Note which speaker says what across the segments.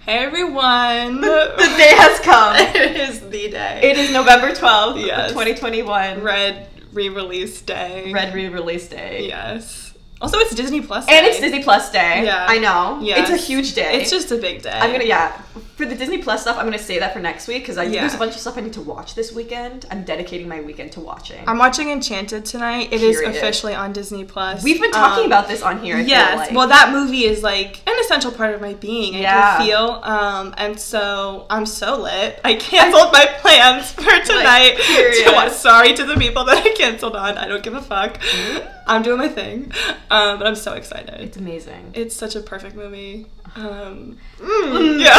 Speaker 1: Hey everyone!
Speaker 2: The day has come.
Speaker 1: it is the day.
Speaker 2: It is November 12th,
Speaker 1: Yes.
Speaker 2: 2021.
Speaker 1: Red re-release day.
Speaker 2: Red Re release day.
Speaker 1: Yes. Also, it's Disney Plus.
Speaker 2: And it's
Speaker 1: day.
Speaker 2: Disney Plus day.
Speaker 1: Yeah.
Speaker 2: I know.
Speaker 1: Yes.
Speaker 2: It's a huge day.
Speaker 1: It's just a big day.
Speaker 2: I'm gonna, yeah. For the Disney Plus stuff, I'm gonna say that for next week because
Speaker 1: Yeah.
Speaker 2: there's a bunch of stuff I need to watch this weekend. I'm dedicating my weekend to watching.
Speaker 1: I'm watching Enchanted tonight. It is
Speaker 2: Period.
Speaker 1: officially on Disney Plus.
Speaker 2: We've been talking
Speaker 1: Um,
Speaker 2: about this on here. I feel
Speaker 1: yes.
Speaker 2: like.
Speaker 1: Well, that movie is like an essential part of my being. I
Speaker 2: Yeah.
Speaker 1: do feel. Um, and so I'm so lit. I canceled my plans for tonight.
Speaker 2: period.
Speaker 1: To wa- sorry to the people that I canceled on. I don't give a fuck. I'm doing my thing. Um, but I'm so excited.
Speaker 2: it's amazing.
Speaker 1: It's such a perfect movie. Um, yeah.
Speaker 2: Mm.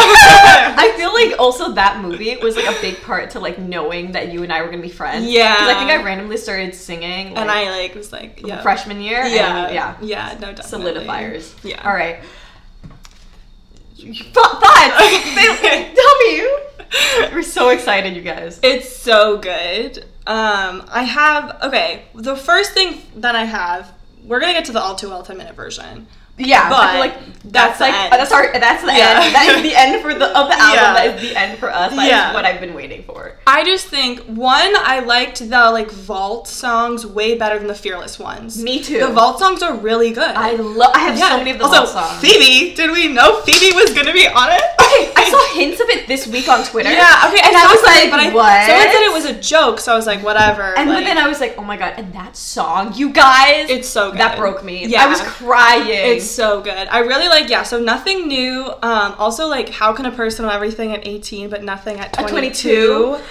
Speaker 2: I feel like also that movie was like a big part to like knowing that you and I were gonna be friends.
Speaker 1: Yeah.
Speaker 2: 'Cause I think I randomly started singing. Like,
Speaker 1: and I like was like, yeah.
Speaker 2: freshman year. and,
Speaker 1: Yeah.
Speaker 2: yeah.
Speaker 1: Yeah. No. Definitely.
Speaker 2: Solidifiers.
Speaker 1: Yeah.
Speaker 2: All right. Th- thoughts. They- Tell me. you. We're so excited, you guys.
Speaker 1: It's so good. Um, I have okay. The first thing that I have, we're gonna get to the all too well ten minute version.
Speaker 2: Yeah, I feel
Speaker 1: But
Speaker 2: like
Speaker 1: that's
Speaker 2: that's,
Speaker 1: the
Speaker 2: like
Speaker 1: end.
Speaker 2: that's our that's the
Speaker 1: Yeah.
Speaker 2: end. That is the end for the of the album.
Speaker 1: Yeah.
Speaker 2: That is the end for us. That is
Speaker 1: Yeah.
Speaker 2: what I've been waiting for.
Speaker 1: I just think one, I liked the like vault songs way better than the fearless ones.
Speaker 2: Me too.
Speaker 1: The vault songs are really good.
Speaker 2: I love. I have so many of the
Speaker 1: also,
Speaker 2: love songs.
Speaker 1: Phoebe, did we know Phoebe was gonna be on it?
Speaker 2: Okay, I saw hints of it this week on Twitter.
Speaker 1: Yeah, okay,
Speaker 2: and I was like,
Speaker 1: but I,
Speaker 2: what?
Speaker 1: Someone said it was a joke, so I was like, whatever.
Speaker 2: And
Speaker 1: like,
Speaker 2: but then I was like, oh my god! And that song, you guys,
Speaker 1: It's so good.
Speaker 2: that broke me.
Speaker 1: Yeah.
Speaker 2: I was crying.
Speaker 1: It's so good. I really like, yeah, so nothing new. Um, also, like, how can a person know everything at 18 but nothing at 22?
Speaker 2: 22?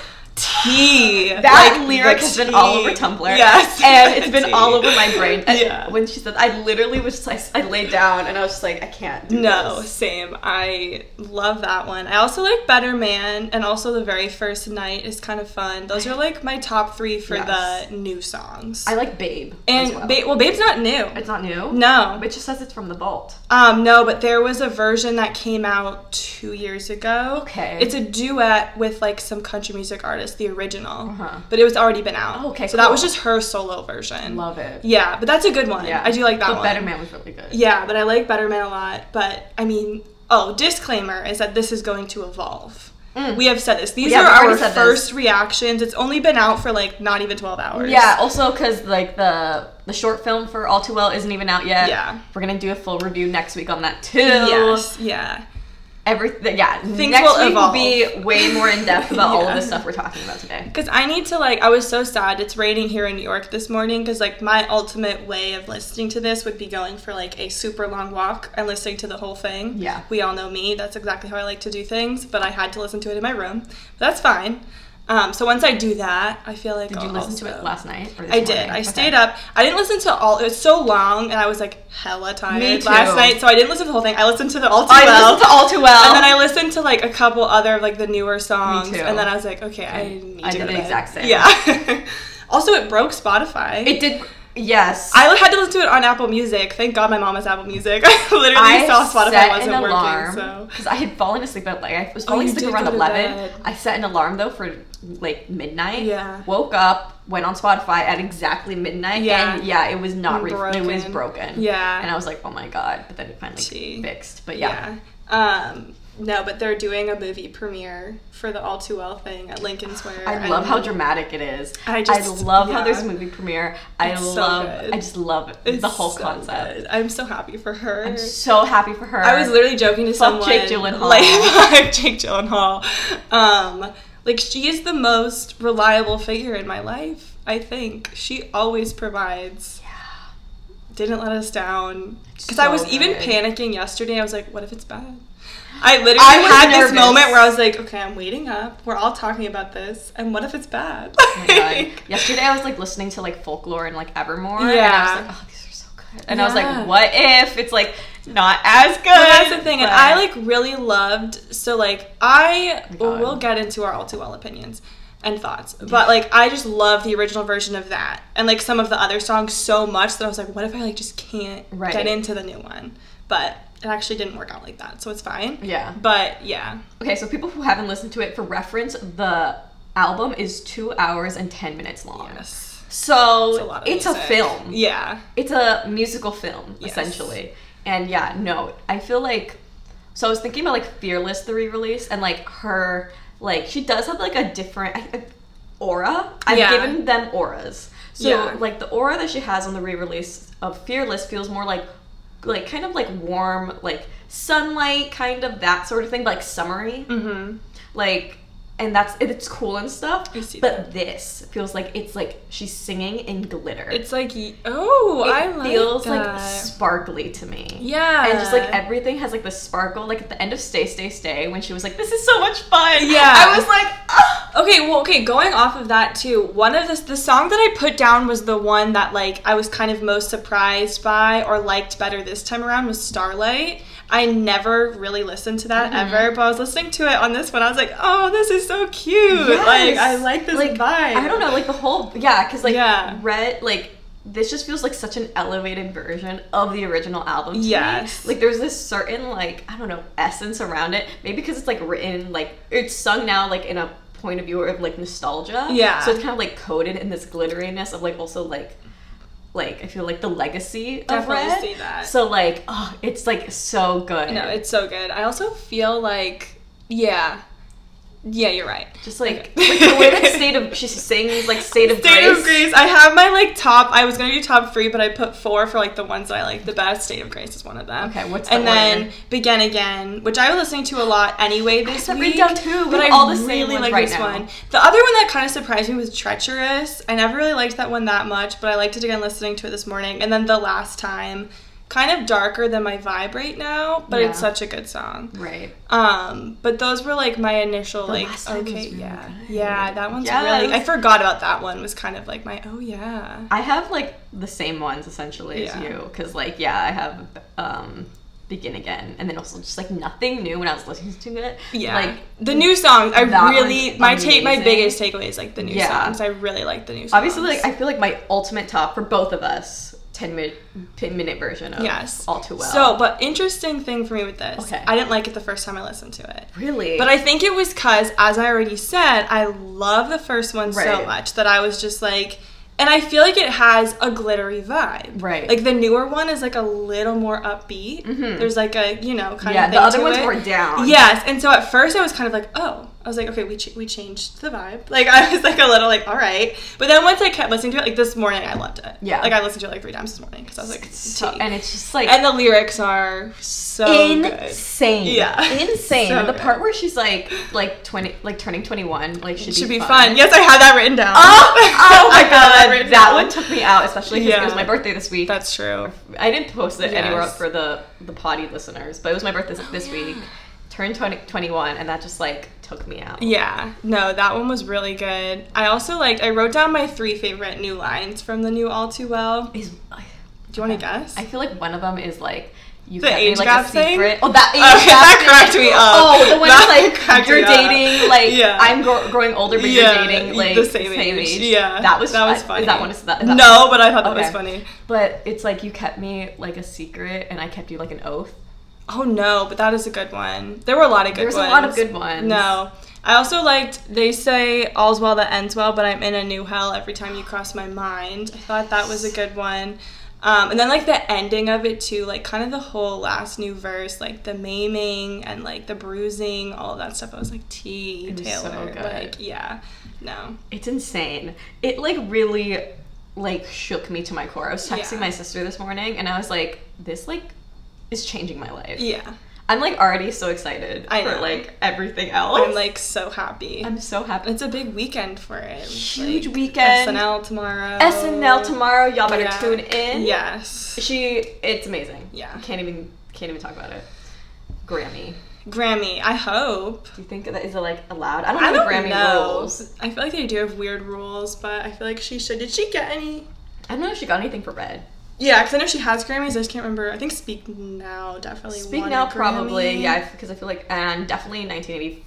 Speaker 1: Tea.
Speaker 2: That
Speaker 1: Like,
Speaker 2: lyric
Speaker 1: the
Speaker 2: has been all
Speaker 1: tea.
Speaker 2: over Tumblr.
Speaker 1: Yes.
Speaker 2: And it's been
Speaker 1: Tea.
Speaker 2: all over my brain. And
Speaker 1: Yeah.
Speaker 2: When she said, I literally was just, I, I laid down and I was just like, I can't do
Speaker 1: No,
Speaker 2: this.
Speaker 1: same. I love that one. I also like Better Man, and also The Very First Night is kind of fun. Those are like my top three for
Speaker 2: Yes.
Speaker 1: the new songs.
Speaker 2: I like Babe.
Speaker 1: and
Speaker 2: as well.
Speaker 1: Ba- well, Babe's not new.
Speaker 2: It's not new?
Speaker 1: no,
Speaker 2: It just says it's from the vault.
Speaker 1: Um, no, but there was a version that came out two years ago.
Speaker 2: Okay.
Speaker 1: It's a duet with like some country music artist, the original.
Speaker 2: Uh-huh.
Speaker 1: But it was already been out.
Speaker 2: Oh, okay,
Speaker 1: So that was
Speaker 2: cool.
Speaker 1: just her solo version.
Speaker 2: Love it.
Speaker 1: Yeah, but that's a good one. I do like that
Speaker 2: the
Speaker 1: one.
Speaker 2: Better Man was really good.
Speaker 1: Yeah, but I like Better Man a lot. But I mean, oh, disclaimer is that this is going to evolve.
Speaker 2: Mm.
Speaker 1: We have said this. These
Speaker 2: Yeah,
Speaker 1: are
Speaker 2: we already
Speaker 1: our
Speaker 2: said this.
Speaker 1: first reactions. It's only been out for like not even twelve hours.
Speaker 2: Yeah, also because like the the short film for All Too Well isn't even out yet.
Speaker 1: Yeah.
Speaker 2: we're gonna do a full review next week on that too.
Speaker 1: Yes. Yeah.
Speaker 2: everything. Yeah,
Speaker 1: Things
Speaker 2: next
Speaker 1: will
Speaker 2: week
Speaker 1: evolve.
Speaker 2: will be way more in depth about all of the
Speaker 1: Yeah.
Speaker 2: stuff we're talking about today.
Speaker 1: Because I need to, like, I was so sad. It's raining here in New York this morning. Because, like, my ultimate way of listening to this would be going for, like, a super long walk and listening to the whole thing.
Speaker 2: Yeah.
Speaker 1: We all know me. That's exactly how I like to do things. But I had to listen to it in my room. But that's fine. Um, so once I do that, I feel like
Speaker 2: Did you
Speaker 1: I'll
Speaker 2: listen to
Speaker 1: also-
Speaker 2: it last night? Or this
Speaker 1: I did.
Speaker 2: morning?
Speaker 1: I
Speaker 2: Okay.
Speaker 1: stayed up. I didn't listen to all. It was so long, and I was like hella tired
Speaker 2: Me too.
Speaker 1: last night. So I didn't listen to the whole thing. I listened to the all too
Speaker 2: Oh, I
Speaker 1: well.
Speaker 2: listened to All Too Well.
Speaker 1: and then I listened to like a couple other of like the newer songs,
Speaker 2: Oh. too.
Speaker 1: and then I was like, okay, I need
Speaker 2: I
Speaker 1: to
Speaker 2: did
Speaker 1: go to
Speaker 2: the
Speaker 1: bed.
Speaker 2: exact same.
Speaker 1: Yeah. also, it broke Spotify.
Speaker 2: It did. Yes.
Speaker 1: I had to listen to it on Apple Music. Thank God my mom has Apple Music. I literally saw Spotify wasn't working. So Oh,
Speaker 2: because I had fallen asleep at like I was falling
Speaker 1: you
Speaker 2: asleep
Speaker 1: did
Speaker 2: around
Speaker 1: go to
Speaker 2: eleven.
Speaker 1: bed.
Speaker 2: I set an alarm though for like midnight.
Speaker 1: Yeah.
Speaker 2: Woke up, went on Spotify at exactly midnight.
Speaker 1: Yeah.
Speaker 2: And yeah, it was not re- it was
Speaker 1: Broken.
Speaker 2: broken.
Speaker 1: Yeah.
Speaker 2: And I was like, oh my god. But then it finally
Speaker 1: Gee.
Speaker 2: fixed. But yeah.
Speaker 1: yeah. Um, no, but they're doing a movie premiere for the All Too Well thing at Lincoln Square.
Speaker 2: I
Speaker 1: and-
Speaker 2: love how dramatic it is.
Speaker 1: I just-
Speaker 2: love how
Speaker 1: yeah.
Speaker 2: there's a movie premiere. I
Speaker 1: It's so
Speaker 2: love.
Speaker 1: good.
Speaker 2: I just love
Speaker 1: it's
Speaker 2: the whole
Speaker 1: so
Speaker 2: concept.
Speaker 1: good. I'm so happy for her.
Speaker 2: I'm so happy for her. Oh
Speaker 1: I was literally joking to
Speaker 2: Fuck
Speaker 1: someone.
Speaker 2: Jake Gyllenhaal.
Speaker 1: Like, fuck Jake Gyllenhaal. Um, like she is the most reliable figure in my life. I think she always provides. Didn't let us down. Because I
Speaker 2: So
Speaker 1: was even
Speaker 2: good.
Speaker 1: panicking yesterday. I was like, what if it's bad? I literally
Speaker 2: I was
Speaker 1: had this
Speaker 2: nervous.
Speaker 1: moment where I was like, okay, I'm waiting up. We're all talking about this, and what if it's bad?
Speaker 2: Oh my god.
Speaker 1: Like-
Speaker 2: Yesterday I was like listening to like folklore and like Evermore.
Speaker 1: Yeah.
Speaker 2: And I was like, oh, these are so good. And I was
Speaker 1: Yeah.
Speaker 2: like, what if it's like not as good?
Speaker 1: Well, that's the thing, and
Speaker 2: but-
Speaker 1: I like really loved. So like I
Speaker 2: my
Speaker 1: well,
Speaker 2: God.
Speaker 1: we'll get into our all too well opinions and thoughts, but like I just love the original version of that, and like some of the other songs so much that I was like, what if I like just can't
Speaker 2: Right.
Speaker 1: get into the new one? But it actually didn't work out like that, so it's fine.
Speaker 2: Yeah.
Speaker 1: But yeah,
Speaker 2: Okay, so people who haven't listened to it, for reference, the album is two hours and ten minutes long.
Speaker 1: yes,
Speaker 2: So it's a,
Speaker 1: music.
Speaker 2: film.
Speaker 1: Yeah,
Speaker 2: It's a musical film,
Speaker 1: Yes.
Speaker 2: essentially. And yeah, no, I feel like So I was thinking about like Fearless the re-release and like her like she does have like a different I- I- aura. I've
Speaker 1: Yeah.
Speaker 2: given them auras. So
Speaker 1: Yeah.
Speaker 2: like the aura that she has on the re-release of Fearless feels more like like kind of like warm like sunlight kind of that sort of thing but like summery
Speaker 1: Mm-hmm.
Speaker 2: like and that's it's cool and stuff
Speaker 1: I see
Speaker 2: but this feels like it's like she's singing in glitter
Speaker 1: It's like y- oh,
Speaker 2: it
Speaker 1: I like
Speaker 2: feels like
Speaker 1: that.
Speaker 2: sparkly to me
Speaker 1: yeah,
Speaker 2: and just like everything has like the sparkle like at the end of stay stay stay when she was like this is so much fun
Speaker 1: Yeah.
Speaker 2: i was like "Ah."
Speaker 1: Okay, well, okay, going off of that too, one of the, the song that I put down was the one that, like, I was kind of most surprised by or liked better this time around was Starlight. I never really listened to that
Speaker 2: Mm-hmm.
Speaker 1: ever, but I was listening to it on this one. I was like, oh, this is so cute. Like,
Speaker 2: Yes.
Speaker 1: I like this
Speaker 2: Like,
Speaker 1: vibe.
Speaker 2: i don't know like the whole yeah because like
Speaker 1: Yeah.
Speaker 2: red like this just feels like such an elevated version of the original album to me.
Speaker 1: Yes.
Speaker 2: like there's this certain like i don't know essence around it maybe because it's like written like it's sung now like in a point of view of like nostalgia
Speaker 1: Yeah.
Speaker 2: so it's kind of like coded in this glitteriness of like also like like i feel like the legacy
Speaker 1: Definitely
Speaker 2: of red
Speaker 1: see that.
Speaker 2: so like oh it's like so good
Speaker 1: No, it's so good. I also feel like, yeah. Yeah, you're right.
Speaker 2: just like,
Speaker 1: Okay.
Speaker 2: like the way that state of she sings like state of
Speaker 1: State
Speaker 2: grace
Speaker 1: of Grace. I have my like top. I was gonna do top three, but I put four for like the ones that I like the best. State of Grace is one of them.
Speaker 2: Okay, what's the
Speaker 1: and then
Speaker 2: order?
Speaker 1: Begin Again, which I was listening to a lot anyway
Speaker 2: I have
Speaker 1: this
Speaker 2: that
Speaker 1: week.
Speaker 2: written down too. We
Speaker 1: but I
Speaker 2: have all the same
Speaker 1: really
Speaker 2: ones
Speaker 1: like
Speaker 2: right
Speaker 1: this
Speaker 2: now.
Speaker 1: one. The other one that kind of surprised me was Treacherous. I never really liked that one that much, but I liked it again listening to it this morning. And then the last time, kind of darker than my vibe right now, but it's
Speaker 2: Yeah.
Speaker 1: such a good song.
Speaker 2: right
Speaker 1: Um, but those were like my initial
Speaker 2: The
Speaker 1: like
Speaker 2: last time was
Speaker 1: okay,
Speaker 2: really
Speaker 1: yeah,
Speaker 2: good.
Speaker 1: yeah, that one's
Speaker 2: Yes.
Speaker 1: really. I forgot about that one. Was kind of like my oh yeah,
Speaker 2: I have like the same ones essentially as
Speaker 1: Yeah.
Speaker 2: you because like yeah I have um begin again and then also just like nothing new when I was listening to it
Speaker 1: yeah.
Speaker 2: like
Speaker 1: the new songs, I
Speaker 2: that
Speaker 1: really
Speaker 2: one's
Speaker 1: my take my
Speaker 2: amazing.
Speaker 1: biggest takeaway is like the new
Speaker 2: Yeah.
Speaker 1: songs. I really like the new songs.
Speaker 2: obviously like I feel like my ultimate top for both of us 10 minute 10 minute version of
Speaker 1: yes,
Speaker 2: all too well
Speaker 1: So, but interesting thing for me with this,
Speaker 2: Okay.
Speaker 1: I didn't like it the first time I listened to it.
Speaker 2: really
Speaker 1: But I think it was because, as I already said, I love the first one so
Speaker 2: Right.
Speaker 1: much that I was just like, and I feel like it has a glittery vibe.
Speaker 2: Right.
Speaker 1: Like the newer one is like a little more upbeat.
Speaker 2: Mhm.
Speaker 1: There's like a, you know, kind
Speaker 2: yeah
Speaker 1: of.
Speaker 2: the
Speaker 1: thing
Speaker 2: other
Speaker 1: to
Speaker 2: ones
Speaker 1: it.
Speaker 2: were down
Speaker 1: Yes. And so at first I was kind of like, oh, I was like, okay, we, ch- we changed the vibe. Like I was like a little like, all right. But then once I kept listening to it, like this morning, I loved it.
Speaker 2: Yeah.
Speaker 1: Like I listened to it like three times this morning because I was like,
Speaker 2: so,
Speaker 1: tea.
Speaker 2: and it's just like
Speaker 1: And the lyrics are so good.
Speaker 2: insane
Speaker 1: Yeah.
Speaker 2: insane
Speaker 1: So
Speaker 2: the
Speaker 1: good.
Speaker 2: part where she's like like 20 like turning 21 like should,
Speaker 1: It should
Speaker 2: be,
Speaker 1: be fun. Yes, I had that written down.
Speaker 2: Oh, oh
Speaker 1: I
Speaker 2: my
Speaker 1: had
Speaker 2: god,
Speaker 1: written
Speaker 2: that,
Speaker 1: down.
Speaker 2: one took me out, especially because
Speaker 1: Yeah.
Speaker 2: it was my birthday this week.
Speaker 1: That's true.
Speaker 2: I didn't post it anywhere
Speaker 1: Yes.
Speaker 2: for the the potty listeners, but it was my birthday this week. Turned 20, 21, and that just like took me out.
Speaker 1: Yeah. No, that one was really good. I also liked. I wrote down my three favorite new lines from the new All Too Well.
Speaker 2: Is- I-
Speaker 1: Do you want to guess?
Speaker 2: I feel like one of them is like you
Speaker 1: The
Speaker 2: kept me
Speaker 1: age
Speaker 2: like
Speaker 1: gap
Speaker 2: a
Speaker 1: thing?
Speaker 2: secret. Oh, that age
Speaker 1: Okay,
Speaker 2: gap
Speaker 1: that cracked
Speaker 2: thing.
Speaker 1: me up.
Speaker 2: Oh, the one
Speaker 1: That
Speaker 2: that's like
Speaker 1: cracked
Speaker 2: you're
Speaker 1: me up.
Speaker 2: dating, like
Speaker 1: Yeah.
Speaker 2: I'm gro- growing older, but
Speaker 1: Yeah,
Speaker 2: you're dating like
Speaker 1: the same age. Yeah.
Speaker 2: that was
Speaker 1: That was
Speaker 2: Is that
Speaker 1: funny.
Speaker 2: one? Is that, is that
Speaker 1: no, but I thought that was
Speaker 2: Okay.
Speaker 1: funny.
Speaker 2: But it's like you kept me like a secret, and I kept you like an oath.
Speaker 1: Oh no, but that is a good one. There were a lot of good
Speaker 2: There was
Speaker 1: ones.
Speaker 2: a lot of good ones.
Speaker 1: No. I also liked they say all's well that ends well, but I'm in a new hell every time you cross my mind. I thought that was a good one. Um, and then like the ending of it too, like kind of the whole last new verse, like the maiming and like the bruising, all of that stuff. I was like, T
Speaker 2: It was so
Speaker 1: Taylor,
Speaker 2: good.
Speaker 1: like yeah, no,
Speaker 2: It's insane. It like really like shook me to my core. I was texting
Speaker 1: Yeah.
Speaker 2: my sister this morning and I was like, this like is changing my life.
Speaker 1: yeah.
Speaker 2: I'm like already so excited
Speaker 1: I
Speaker 2: for
Speaker 1: know.
Speaker 2: like everything else.
Speaker 1: I'm like so happy.
Speaker 2: Oh. I'm so happy.
Speaker 1: it's a big weekend for it.
Speaker 2: Huge
Speaker 1: Like,
Speaker 2: weekend.
Speaker 1: SNL tomorrow.
Speaker 2: SNL tomorrow, y'all better
Speaker 1: Oh. Yeah.
Speaker 2: tune in.
Speaker 1: Yes.
Speaker 2: She it's amazing.
Speaker 1: Yeah.
Speaker 2: Can't even can't even talk about it. Grammy.
Speaker 1: Grammy. I hope.
Speaker 2: Do you think that is it like allowed? I don't know
Speaker 1: I
Speaker 2: the
Speaker 1: don't
Speaker 2: Grammy
Speaker 1: know.
Speaker 2: rules.
Speaker 1: I feel like they do have weird rules, but I feel like she should. Did she get any?
Speaker 2: I don't know if she got anything for red.
Speaker 1: Yeah, because I know she has Grammys. I just can't remember. I think Speak Now definitely.
Speaker 2: Speak
Speaker 1: won
Speaker 2: now
Speaker 1: a
Speaker 2: probably,
Speaker 1: Grammy.
Speaker 2: yeah, because I feel like and definitely in 1985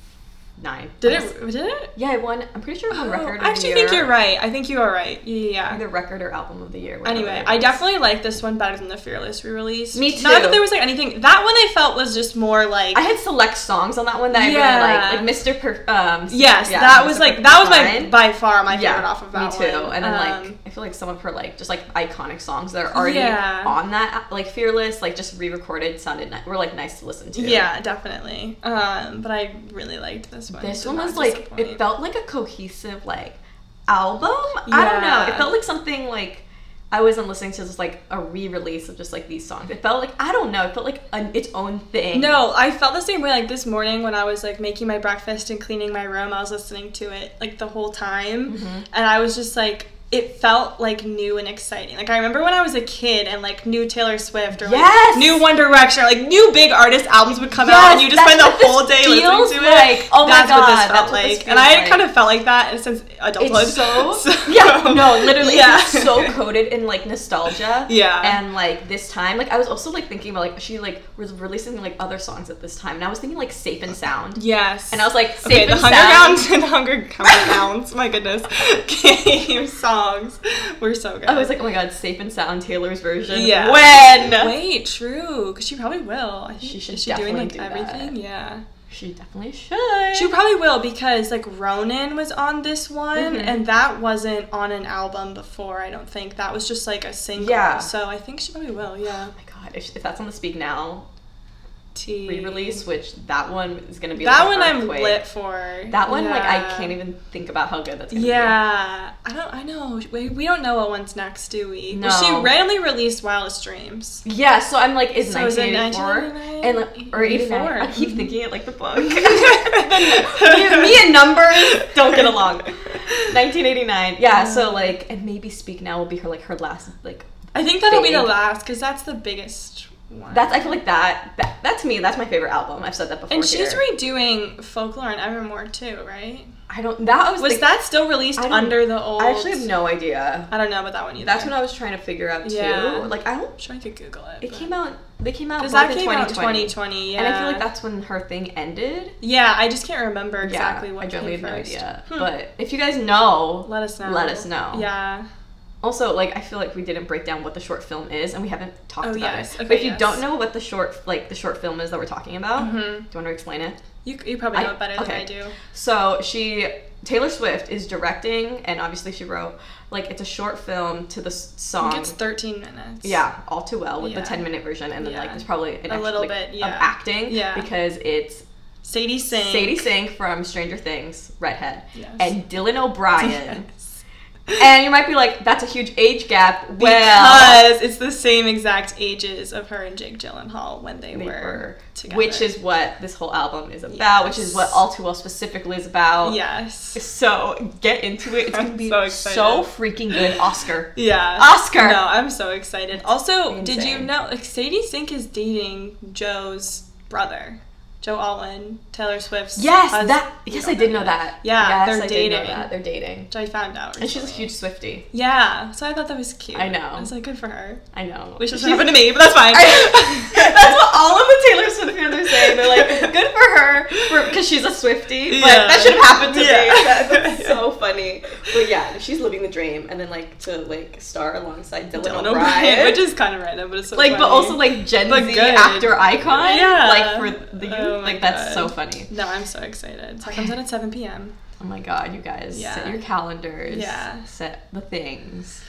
Speaker 2: nine.
Speaker 1: Did
Speaker 2: I was-
Speaker 1: it? Did it?
Speaker 2: Yeah, I won. I'm pretty sure I won
Speaker 1: Oh,
Speaker 2: record. Of
Speaker 1: I actually
Speaker 2: the year.
Speaker 1: think you're right. I think you are right. Yeah, yeah, yeah.
Speaker 2: Either record or album of the year. whatever
Speaker 1: Anyway,
Speaker 2: it
Speaker 1: I
Speaker 2: is.
Speaker 1: definitely like this one better than the Fearless re-release.
Speaker 2: Me
Speaker 1: Not
Speaker 2: too.
Speaker 1: that there was like anything. That one I felt was just more like.
Speaker 2: I had select songs on that one that I
Speaker 1: Yeah.
Speaker 2: really like, like Mr. Per- um,
Speaker 1: yes,
Speaker 2: yeah,
Speaker 1: that
Speaker 2: Mr.
Speaker 1: was like that was my
Speaker 2: Perfine.
Speaker 1: by far my
Speaker 2: yeah,
Speaker 1: favorite off of that
Speaker 2: me too.
Speaker 1: one.
Speaker 2: And then
Speaker 1: Um,
Speaker 2: like I feel like some of her like just like iconic songs that are already
Speaker 1: Yeah.
Speaker 2: on that like Fearless like just re-recorded sounded ni- were like nice to listen to.
Speaker 1: Yeah, definitely. Um, but I really liked this one.
Speaker 2: This
Speaker 1: Did
Speaker 2: one
Speaker 1: not
Speaker 2: was like
Speaker 1: disappoint.
Speaker 2: it felt like a cohesive like album. I don't know.
Speaker 1: Yeah.
Speaker 2: It felt like something like I wasn't listening to just like a re-release of just like these songs. It felt like I don't know. It felt like an, its own thing.
Speaker 1: No, I felt the same way. Like this morning when I was like making my breakfast and cleaning my room, I was listening to it like the whole time,
Speaker 2: Mm-hmm.
Speaker 1: and I was just like, it felt like new and exciting. Like I remember when I was a kid and like new Taylor Swift or like
Speaker 2: Yes!
Speaker 1: new One Direction, or, like new big artist albums would come out, and
Speaker 2: Yes,
Speaker 1: you just spend
Speaker 2: that's
Speaker 1: the
Speaker 2: what this
Speaker 1: whole day
Speaker 2: feels
Speaker 1: listening to it.
Speaker 2: like. Oh my
Speaker 1: that's what this
Speaker 2: God,
Speaker 1: felt
Speaker 2: that's what
Speaker 1: like,
Speaker 2: this
Speaker 1: and I
Speaker 2: feels like.
Speaker 1: kind of felt like that since adulthood.
Speaker 2: It's so, yeah no literally
Speaker 1: yeah.
Speaker 2: it's so coded in like nostalgia
Speaker 1: Yeah.
Speaker 2: and like this time like I was also like thinking about like she like was releasing like other songs at this time and I was thinking like Safe and Sound
Speaker 1: Yes.
Speaker 2: and I was like Safe
Speaker 1: Okay, the
Speaker 2: and
Speaker 1: Hunger
Speaker 2: Sound
Speaker 1: Hounds and Hunger Hunger Hounds, my goodness, game songs were so good.
Speaker 2: I was like oh my god Safe and Sound Taylor's version
Speaker 1: yeah.
Speaker 2: when
Speaker 1: Wait, true. Because she probably will. I think-
Speaker 2: She should
Speaker 1: Is she doing
Speaker 2: definitely
Speaker 1: like
Speaker 2: do that.
Speaker 1: everything? Yeah.
Speaker 2: she definitely should Oh
Speaker 1: She probably will because like Ronan was on this one
Speaker 2: Mhm.
Speaker 1: and that wasn't on an album before, I don't think. That was just like a single.
Speaker 2: Yeah.
Speaker 1: So I think she probably will, yeah.
Speaker 2: oh my god if, if that's on the Speak Now
Speaker 1: T.
Speaker 2: re-release which that one is gonna be
Speaker 1: That
Speaker 2: like,
Speaker 1: one
Speaker 2: an
Speaker 1: I'm
Speaker 2: earthquake.
Speaker 1: lit for.
Speaker 2: that one like I
Speaker 1: Yeah.
Speaker 2: can't even think about how good that's gonna be
Speaker 1: Yeah, I don't. I know. We, we don't know what one's next, do we? Well,
Speaker 2: No.
Speaker 1: she randomly released Wildest Dreams.
Speaker 2: Yeah, so I'm like, is
Speaker 1: So is it
Speaker 2: 1984 and like, or
Speaker 1: 84.
Speaker 2: 84? I keep thinking it like the book. me, me
Speaker 1: Me
Speaker 2: and numbers don't get along. 1989. Yeah, so like, and maybe Speak Now will be her like her last like.
Speaker 1: I think that'll be the
Speaker 2: Big.
Speaker 1: last because that's the biggest one.
Speaker 2: That's I feel like that that, that to me that's my favorite album. I've said that before.
Speaker 1: and she's
Speaker 2: here.
Speaker 1: redoing Folklore and Evermore too, right?
Speaker 2: I don't that I was,
Speaker 1: Was
Speaker 2: thinking-
Speaker 1: that still released
Speaker 2: I don't-
Speaker 1: under the old?
Speaker 2: I actually have no idea.
Speaker 1: I don't know about that one either.
Speaker 2: That's what I was trying to figure out too.
Speaker 1: Yeah.
Speaker 2: Like I don't.
Speaker 1: I'm sure I could Google it.
Speaker 2: It came out. They came out
Speaker 1: because
Speaker 2: both
Speaker 1: that
Speaker 2: in
Speaker 1: came
Speaker 2: 2020.
Speaker 1: out 2020. Yeah,
Speaker 2: And I feel like that's when her thing ended.
Speaker 1: Yeah, I just can't remember exactly
Speaker 2: yeah,
Speaker 1: what
Speaker 2: I
Speaker 1: came
Speaker 2: generally have no
Speaker 1: first.
Speaker 2: idea.
Speaker 1: Hmm.
Speaker 2: But if you guys know,
Speaker 1: let us know.
Speaker 2: Let us know.
Speaker 1: Yeah.
Speaker 2: Also, like I feel like we didn't break down what the short film is, and we haven't talked
Speaker 1: Oh,
Speaker 2: about
Speaker 1: yes.
Speaker 2: it.
Speaker 1: Okay,
Speaker 2: but if you
Speaker 1: yes.
Speaker 2: don't know what the short, like the short film is that we're talking about, do
Speaker 1: hmm
Speaker 2: you want to explain it?
Speaker 1: You, you probably
Speaker 2: Mm-hmm. I-
Speaker 1: know it better than
Speaker 2: okay.
Speaker 1: I do.
Speaker 2: So she, Taylor Swift, is directing, and obviously she wrote like it's a short film to the s-
Speaker 1: I
Speaker 2: song.
Speaker 1: think it's 13 minutes.
Speaker 2: yeah, all too well with
Speaker 1: Yeah.
Speaker 2: the ten minute version, and then like
Speaker 1: Yeah.
Speaker 2: there's probably an
Speaker 1: A
Speaker 2: extra,
Speaker 1: little
Speaker 2: like,
Speaker 1: bit,
Speaker 2: of
Speaker 1: yeah.
Speaker 2: acting,
Speaker 1: Yeah.
Speaker 2: because it's
Speaker 1: Sadie Sink.
Speaker 2: Sadie Sink from Stranger Things, redhead,
Speaker 1: Yes.
Speaker 2: and Dylan O'Brien.
Speaker 1: Yes.
Speaker 2: and you might be like, that's a huge age gap. Well,
Speaker 1: Because it's the same exact ages of her and Jake Gyllenhaal when they,
Speaker 2: they
Speaker 1: were,
Speaker 2: were,
Speaker 1: together.
Speaker 2: which is what this whole album is about, which is what
Speaker 1: Yes.
Speaker 2: All Too Well specifically is about.
Speaker 1: Yes.
Speaker 2: So get into it. It's gonna
Speaker 1: I'm
Speaker 2: be
Speaker 1: so
Speaker 2: so,
Speaker 1: excited.
Speaker 2: freaking good. Oscar.
Speaker 1: Yeah.
Speaker 2: Oscar.
Speaker 1: No, I'm so excited. Also, did you
Speaker 2: Insane.
Speaker 1: know like Sadie Sink is dating Joe's brother, Joe Alwyn, Taylor Swift's
Speaker 2: Yes,
Speaker 1: husband,
Speaker 2: that. Yes, I did know that.
Speaker 1: Yeah,
Speaker 2: yes,
Speaker 1: they're
Speaker 2: I Did
Speaker 1: dating.
Speaker 2: know that. They're dating.
Speaker 1: which I found out.
Speaker 2: And she's a
Speaker 1: recently.
Speaker 2: huge Swifty.
Speaker 1: Yeah, so I thought that was cute.
Speaker 2: I know.
Speaker 1: I was like, good for her.
Speaker 2: I know.
Speaker 1: Which is
Speaker 2: She's-
Speaker 1: happened to me, but that's fine.
Speaker 2: That's what all of the Taylor Swift fans are saying. They're like, good for her because she's a Swifty, but
Speaker 1: Yeah.
Speaker 2: that should have happened to
Speaker 1: Yeah.
Speaker 2: me. That- that's so funny. But yeah, she's living the dream, and then like to like star alongside Dylan,
Speaker 1: Dylan
Speaker 2: O'Brien,
Speaker 1: O'Brien, which is kind of random, but it's so
Speaker 2: like, but
Speaker 1: funny.
Speaker 2: also like Gen
Speaker 1: But
Speaker 2: Z
Speaker 1: good.
Speaker 2: actor icon.
Speaker 1: Yeah.
Speaker 2: like for the youth.
Speaker 1: Oh my
Speaker 2: like that's
Speaker 1: God.
Speaker 2: so funny.
Speaker 1: No, I'm so excited. So it comes out at 7 p.m.
Speaker 2: Oh my god, you guys, set
Speaker 1: Yeah.
Speaker 2: your calendars.
Speaker 1: Yeah.
Speaker 2: set the things.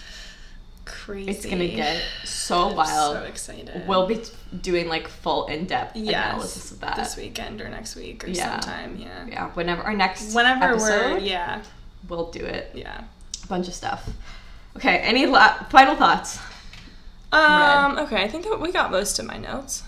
Speaker 1: Crazy.
Speaker 2: It's gonna get so
Speaker 1: I'm
Speaker 2: wild.
Speaker 1: So excited.
Speaker 2: We'll be t- doing like full in depth
Speaker 1: Yes.
Speaker 2: analysis of that.
Speaker 1: this weekend or next week or
Speaker 2: Yeah.
Speaker 1: sometime. Yeah.
Speaker 2: Yeah, whenever our next
Speaker 1: Whenever
Speaker 2: episode,
Speaker 1: we're yeah
Speaker 2: we'll do it.
Speaker 1: yeah.
Speaker 2: A bunch of stuff. Okay, any la- final thoughts?
Speaker 1: Um. Okay. I think that we got most of my notes.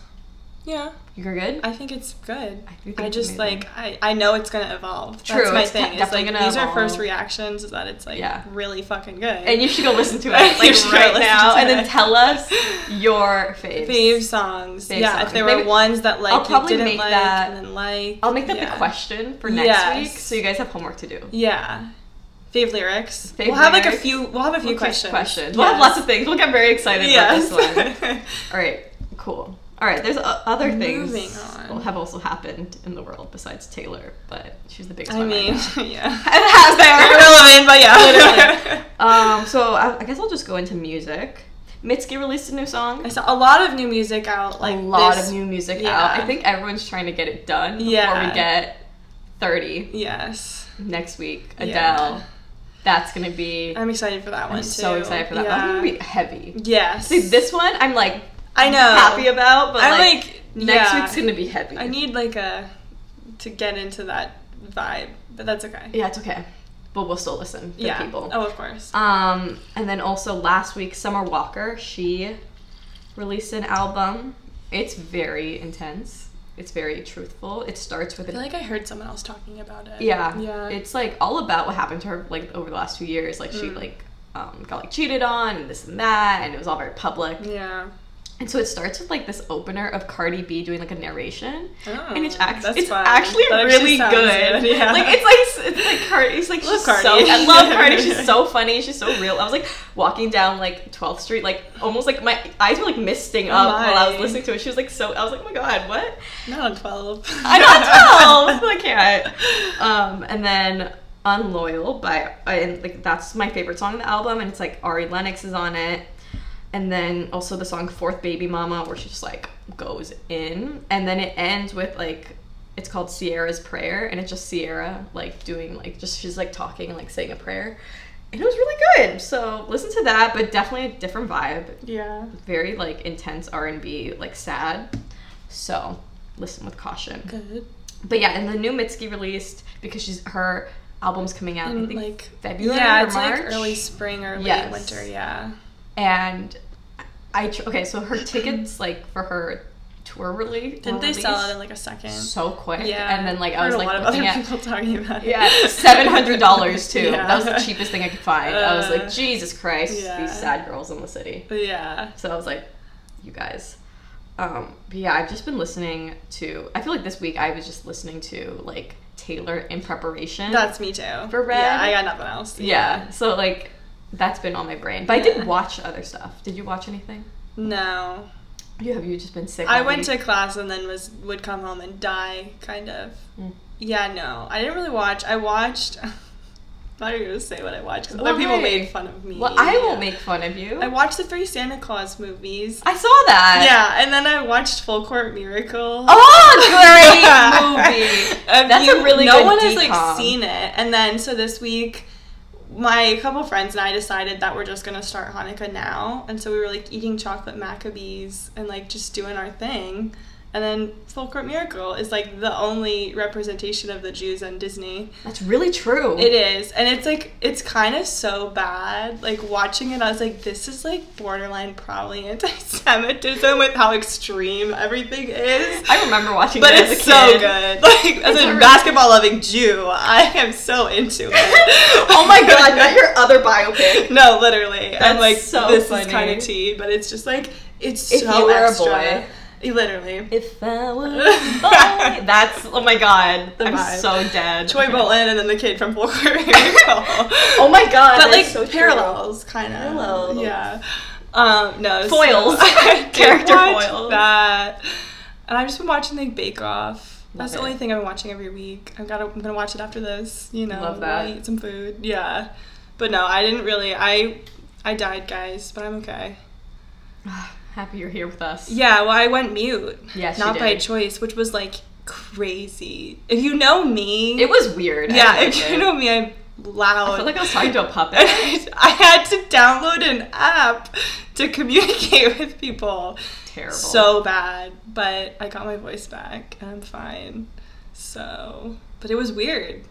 Speaker 1: Yeah.
Speaker 2: You're good.
Speaker 1: I think it's good.
Speaker 2: I think
Speaker 1: I
Speaker 2: it's
Speaker 1: just
Speaker 2: amazing.
Speaker 1: like I, I know it's gonna evolve.
Speaker 2: True,
Speaker 1: That's my
Speaker 2: it's
Speaker 1: thing.
Speaker 2: de-
Speaker 1: It's like
Speaker 2: definitely gonna
Speaker 1: these are first
Speaker 2: evolve.
Speaker 1: reactions is that it's like
Speaker 2: Yeah.
Speaker 1: really fucking good.
Speaker 2: and you should go listen to it
Speaker 1: You
Speaker 2: like
Speaker 1: should go
Speaker 2: right
Speaker 1: listen
Speaker 2: now,
Speaker 1: to
Speaker 2: and then
Speaker 1: it.
Speaker 2: tell us your faves.
Speaker 1: fave songs.
Speaker 2: Fave
Speaker 1: yeah,
Speaker 2: songs.
Speaker 1: if there were
Speaker 2: Maybe-
Speaker 1: ones that like
Speaker 2: I'll
Speaker 1: you
Speaker 2: probably
Speaker 1: didn't
Speaker 2: make
Speaker 1: like
Speaker 2: that-
Speaker 1: and then like.
Speaker 2: I'll make that
Speaker 1: yeah.
Speaker 2: the question for next
Speaker 1: Yes.
Speaker 2: week, so you guys have homework to do.
Speaker 1: Yeah. Fave lyrics.
Speaker 2: Fave
Speaker 1: we'll have like a
Speaker 2: lyrics.
Speaker 1: few. We'll have a few
Speaker 2: We'll take
Speaker 1: questions.
Speaker 2: questions. We'll have lots of things. We'll get very excited about this one.
Speaker 1: Yes.
Speaker 2: All right, cool. All All right, there's o- other things
Speaker 1: Moving on.
Speaker 2: that have also happened in the world besides Taylor, but she's the biggest
Speaker 1: I
Speaker 2: one. right
Speaker 1: mean,
Speaker 2: now.
Speaker 1: yeah.
Speaker 2: it has there.
Speaker 1: Irrelevant, but yeah.
Speaker 2: Literally. Um, so I, I guess I'll just go into music. Mitski released a new song.
Speaker 1: I saw a lot of new music out. Like
Speaker 2: a lot
Speaker 1: this-
Speaker 2: of new music
Speaker 1: yeah.
Speaker 2: out. I think everyone's trying to get it done before
Speaker 1: Yeah.
Speaker 2: we get 30
Speaker 1: Yes,
Speaker 2: next week. Adele.
Speaker 1: Yeah.
Speaker 2: That's gonna be.
Speaker 1: I'm excited for that one
Speaker 2: I'm
Speaker 1: too.
Speaker 2: so excited for that.
Speaker 1: Yeah.
Speaker 2: That's gonna be heavy.
Speaker 1: Yes.
Speaker 2: See, this one I'm like
Speaker 1: I know.
Speaker 2: happy about, but
Speaker 1: I'm
Speaker 2: like,
Speaker 1: like
Speaker 2: next
Speaker 1: yeah.
Speaker 2: week's gonna be heavy.
Speaker 1: I need like a to get into that vibe, but that's okay.
Speaker 2: yeah, it's okay, but we'll still listen for
Speaker 1: yeah.
Speaker 2: people.
Speaker 1: Oh, of course.
Speaker 2: Um, and then also last week, Summer Walker, she released an album. It's very intense. It's very truthful. It starts with
Speaker 1: I feel
Speaker 2: an
Speaker 1: like I heard someone else talking about it.
Speaker 2: yeah,
Speaker 1: Yeah.
Speaker 2: It's like all about what happened to her like over the last few years. Like she
Speaker 1: Mm.
Speaker 2: like um, got like cheated on and this and that, and it was all very public.
Speaker 1: yeah.
Speaker 2: And so it starts with like this opener of Cardi B doing like a narration,
Speaker 1: Oh,
Speaker 2: and it's, act-
Speaker 1: that's
Speaker 2: it's
Speaker 1: fun.
Speaker 2: actually
Speaker 1: That
Speaker 2: really
Speaker 1: sounds
Speaker 2: good.
Speaker 1: Yeah.
Speaker 2: Like it's like it's like Cardi. It's like
Speaker 1: Love
Speaker 2: she's
Speaker 1: Cardi.
Speaker 2: so I love Cardi. She's so funny. She's so real. I was like walking down like 12th Street, like almost like my eyes were like misting up
Speaker 1: Oh my.
Speaker 2: while I was listening to it. She was like so. I was like, oh my god, what?
Speaker 1: not on twelve.
Speaker 2: I don't know. I can't. Um, and then Unloyal by and like that's my favorite song on the album, and it's like Ari Lennox is on it. And then also the song Fourth Baby Mama, where she just like goes in. And then it ends with like it's called Sierra's Prayer, and it's just Sierra like doing like just she's like talking and like saying a prayer. And it was really good. So listen to that, but definitely a different vibe
Speaker 1: yeah.
Speaker 2: very like intense R&B, like sad. So, listen with caution.
Speaker 1: Good.
Speaker 2: But yeah, and the new Mitski released because she's her album's coming out I
Speaker 1: And
Speaker 2: think
Speaker 1: like
Speaker 2: February
Speaker 1: Yeah,
Speaker 2: or
Speaker 1: it's
Speaker 2: March.
Speaker 1: like early spring or late
Speaker 2: Yes.
Speaker 1: winter. Yeah.
Speaker 2: and I tr- okay, so her tickets like for her tour release
Speaker 1: Didn't they sell it in like a second?
Speaker 2: so quick?
Speaker 1: Yeah.
Speaker 2: and then like I
Speaker 1: Heard
Speaker 2: was
Speaker 1: a
Speaker 2: like
Speaker 1: lot of
Speaker 2: looking
Speaker 1: other
Speaker 2: at
Speaker 1: people talking about it.
Speaker 2: Yeah, seven hundred dollars too.
Speaker 1: Yeah.
Speaker 2: That was the cheapest thing I could find. I was
Speaker 1: Uh,
Speaker 2: like, Jesus Christ,
Speaker 1: yeah.
Speaker 2: these sad girls in the city.
Speaker 1: Yeah.
Speaker 2: So I was like, you guys. Um, but yeah, I've just been listening to. I feel like this week I was just listening to like Taylor in preparation.
Speaker 1: That's me too.
Speaker 2: For red?
Speaker 1: Yeah, I got nothing else.
Speaker 2: yeah. So like, that's been on my brain. But I
Speaker 1: Yeah.
Speaker 2: did watch other stuff. Did you watch anything?
Speaker 1: No.
Speaker 2: You have you just been sick?
Speaker 1: I
Speaker 2: all
Speaker 1: went to
Speaker 2: week?
Speaker 1: class and then was would come home and die, kind of.
Speaker 2: Mm.
Speaker 1: Yeah, no. I didn't really watch. I watched. I'm not even gonna say what I watched because other
Speaker 2: Why?
Speaker 1: people made fun of me.
Speaker 2: Well, I won't make fun of you.
Speaker 1: I watched the three Santa Claus movies.
Speaker 2: I saw that.
Speaker 1: yeah, and then I watched Full Court Miracle.
Speaker 2: Oh, great movie.
Speaker 1: If
Speaker 2: That's
Speaker 1: you-
Speaker 2: a really
Speaker 1: no
Speaker 2: good
Speaker 1: one has like
Speaker 2: decom.
Speaker 1: seen it. And then so this week, my couple friends and I decided that we're just gonna start Hanukkah now, and so we were like eating chocolate Maccabees and like just doing our thing. And then Full Court Miracle is like the only representation of the Jews on Disney.
Speaker 2: That's really true.
Speaker 1: It is, and it's like it's kind of so bad. Like watching it, I was like, this is like borderline probably anti-Semitism with how extreme everything is.
Speaker 2: I remember watching.
Speaker 1: But
Speaker 2: it as
Speaker 1: it's
Speaker 2: a
Speaker 1: so
Speaker 2: kid.
Speaker 1: good. Like as
Speaker 2: It's
Speaker 1: a
Speaker 2: a-
Speaker 1: basketball loving Jew, I am so into it.
Speaker 2: oh my god! Not your other biopic.
Speaker 1: No, literally. I'm
Speaker 2: That's
Speaker 1: like
Speaker 2: so
Speaker 1: this
Speaker 2: funny.
Speaker 1: is kind of tea, but it's just like it's
Speaker 2: If
Speaker 1: so
Speaker 2: you were a
Speaker 1: extra.
Speaker 2: boy.
Speaker 1: Literally.
Speaker 2: If I were a boy. That's oh my god.
Speaker 1: The
Speaker 2: I'm
Speaker 1: vibe.
Speaker 2: so dead.
Speaker 1: Troy Bolton and then the kid from Full Court Miracle.
Speaker 2: Oh my god.
Speaker 1: but
Speaker 2: that's
Speaker 1: like
Speaker 2: so true.
Speaker 1: parallels, kind of.
Speaker 2: Parallels.
Speaker 1: Yeah. Um, no so
Speaker 2: Foils.
Speaker 1: I did
Speaker 2: Character
Speaker 1: watch
Speaker 2: foils.
Speaker 1: That. And I've just been watching like Bake Off. That's
Speaker 2: Love
Speaker 1: the only
Speaker 2: it.
Speaker 1: thing I've been watching every week. I've got. to I'm gonna watch it after this. You know,
Speaker 2: Love
Speaker 1: while
Speaker 2: that.
Speaker 1: I eat some food. Yeah. But no, I didn't really. I I died, guys, but I'm okay.
Speaker 2: Happy you're here with us.
Speaker 1: Yeah. Well, I went mute.
Speaker 2: Yes, you
Speaker 1: Not by
Speaker 2: did.
Speaker 1: choice, which was like crazy. If you know me,
Speaker 2: It was weird. I
Speaker 1: yeah.
Speaker 2: liked
Speaker 1: If
Speaker 2: it.
Speaker 1: you know me, I'm loud.
Speaker 2: I felt like I was talking to a puppet.
Speaker 1: And I had to download an app to communicate with people.
Speaker 2: Terrible.
Speaker 1: So bad, but I got my voice back and I'm fine. So, but it was weird.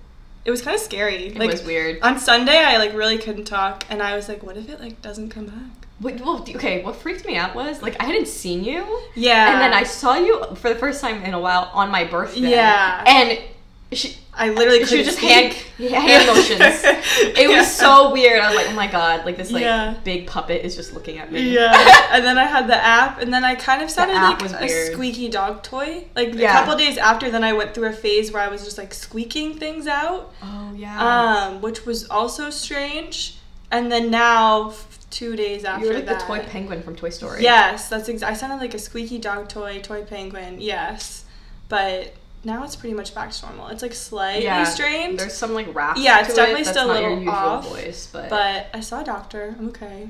Speaker 1: It was kind of scary.
Speaker 2: it
Speaker 1: like
Speaker 2: was weird.
Speaker 1: on Sunday, I like really couldn't talk, and I was like, "What if it like doesn't come back?"
Speaker 2: Wait, well, do- okay. What freaked me out was like I hadn't seen you,
Speaker 1: Yeah.
Speaker 2: and then I saw you for the first time in a while on my birthday.
Speaker 1: Yeah.
Speaker 2: And she,
Speaker 1: I literally
Speaker 2: she
Speaker 1: couldn't
Speaker 2: was just
Speaker 1: speak.
Speaker 2: hand hand motions. It was so weird. I was like, oh my god, like this like
Speaker 1: Yeah.
Speaker 2: big puppet is just looking at me.
Speaker 1: Yeah, and then I had the app, and then I kind of sounded
Speaker 2: app
Speaker 1: like
Speaker 2: was
Speaker 1: a
Speaker 2: weird.
Speaker 1: squeaky dog toy. Like
Speaker 2: Yeah.
Speaker 1: a couple days after, then I went through a phase where I was just like squeaking things out,
Speaker 2: Oh yeah.
Speaker 1: um, which was also strange. And then now, f- two days Uh, after
Speaker 2: You're like
Speaker 1: that,
Speaker 2: the toy penguin from Toy Story.
Speaker 1: Yes, that's ex- I sounded like a squeaky dog toy, toy penguin. Yes, but now it's pretty much back to normal. It's like slightly
Speaker 2: Yeah,
Speaker 1: strained,
Speaker 2: There's some like rap.
Speaker 1: Yeah, it's
Speaker 2: to it
Speaker 1: definitely
Speaker 2: that's
Speaker 1: still a
Speaker 2: not your
Speaker 1: little
Speaker 2: usual
Speaker 1: off,
Speaker 2: voice, but,
Speaker 1: but I saw a doctor. I'm okay.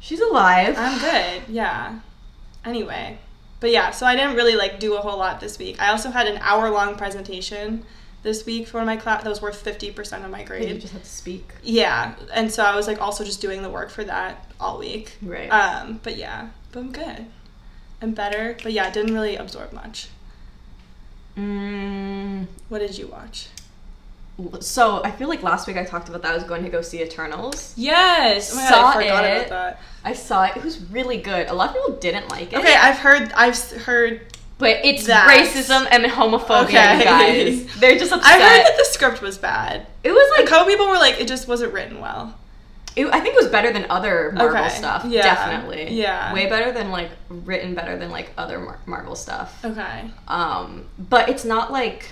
Speaker 2: she's alive.
Speaker 1: I'm good. Yeah. Anyway, but yeah, so I didn't really like do a whole lot this week. I also had an hour long presentation this week for one of my class that was worth 50% of my
Speaker 2: You
Speaker 1: grade.
Speaker 2: just have to speak.
Speaker 1: Yeah. And so I was like also just doing the work for that all week.
Speaker 2: Right.
Speaker 1: Um, but yeah, but I'm good. I'm better, but yeah, I didn't really absorb much.
Speaker 2: Mm,
Speaker 1: What did you watch?
Speaker 2: so I feel like last week I talked about that I was going to go see Eternals.
Speaker 1: Yes. Oh my
Speaker 2: Saw
Speaker 1: god, I forgot
Speaker 2: it.
Speaker 1: about that.
Speaker 2: I saw it. It was really good. A lot of people didn't like it.
Speaker 1: Okay, I've heard I've s- heard
Speaker 2: But it's
Speaker 1: That's-
Speaker 2: racism and homophobia,
Speaker 1: Okay.
Speaker 2: you guys. They're just
Speaker 1: I
Speaker 2: upset.
Speaker 1: heard that the script was bad.
Speaker 2: it was
Speaker 1: A
Speaker 2: like
Speaker 1: couple people were like, it just wasn't written well.
Speaker 2: it, I think it was better than other Marvel
Speaker 1: Okay.
Speaker 2: stuff.
Speaker 1: Yeah.
Speaker 2: Definitely.
Speaker 1: Yeah.
Speaker 2: Way better than like written better than like other Mar- Marvel stuff.
Speaker 1: Okay.
Speaker 2: Um, but it's not like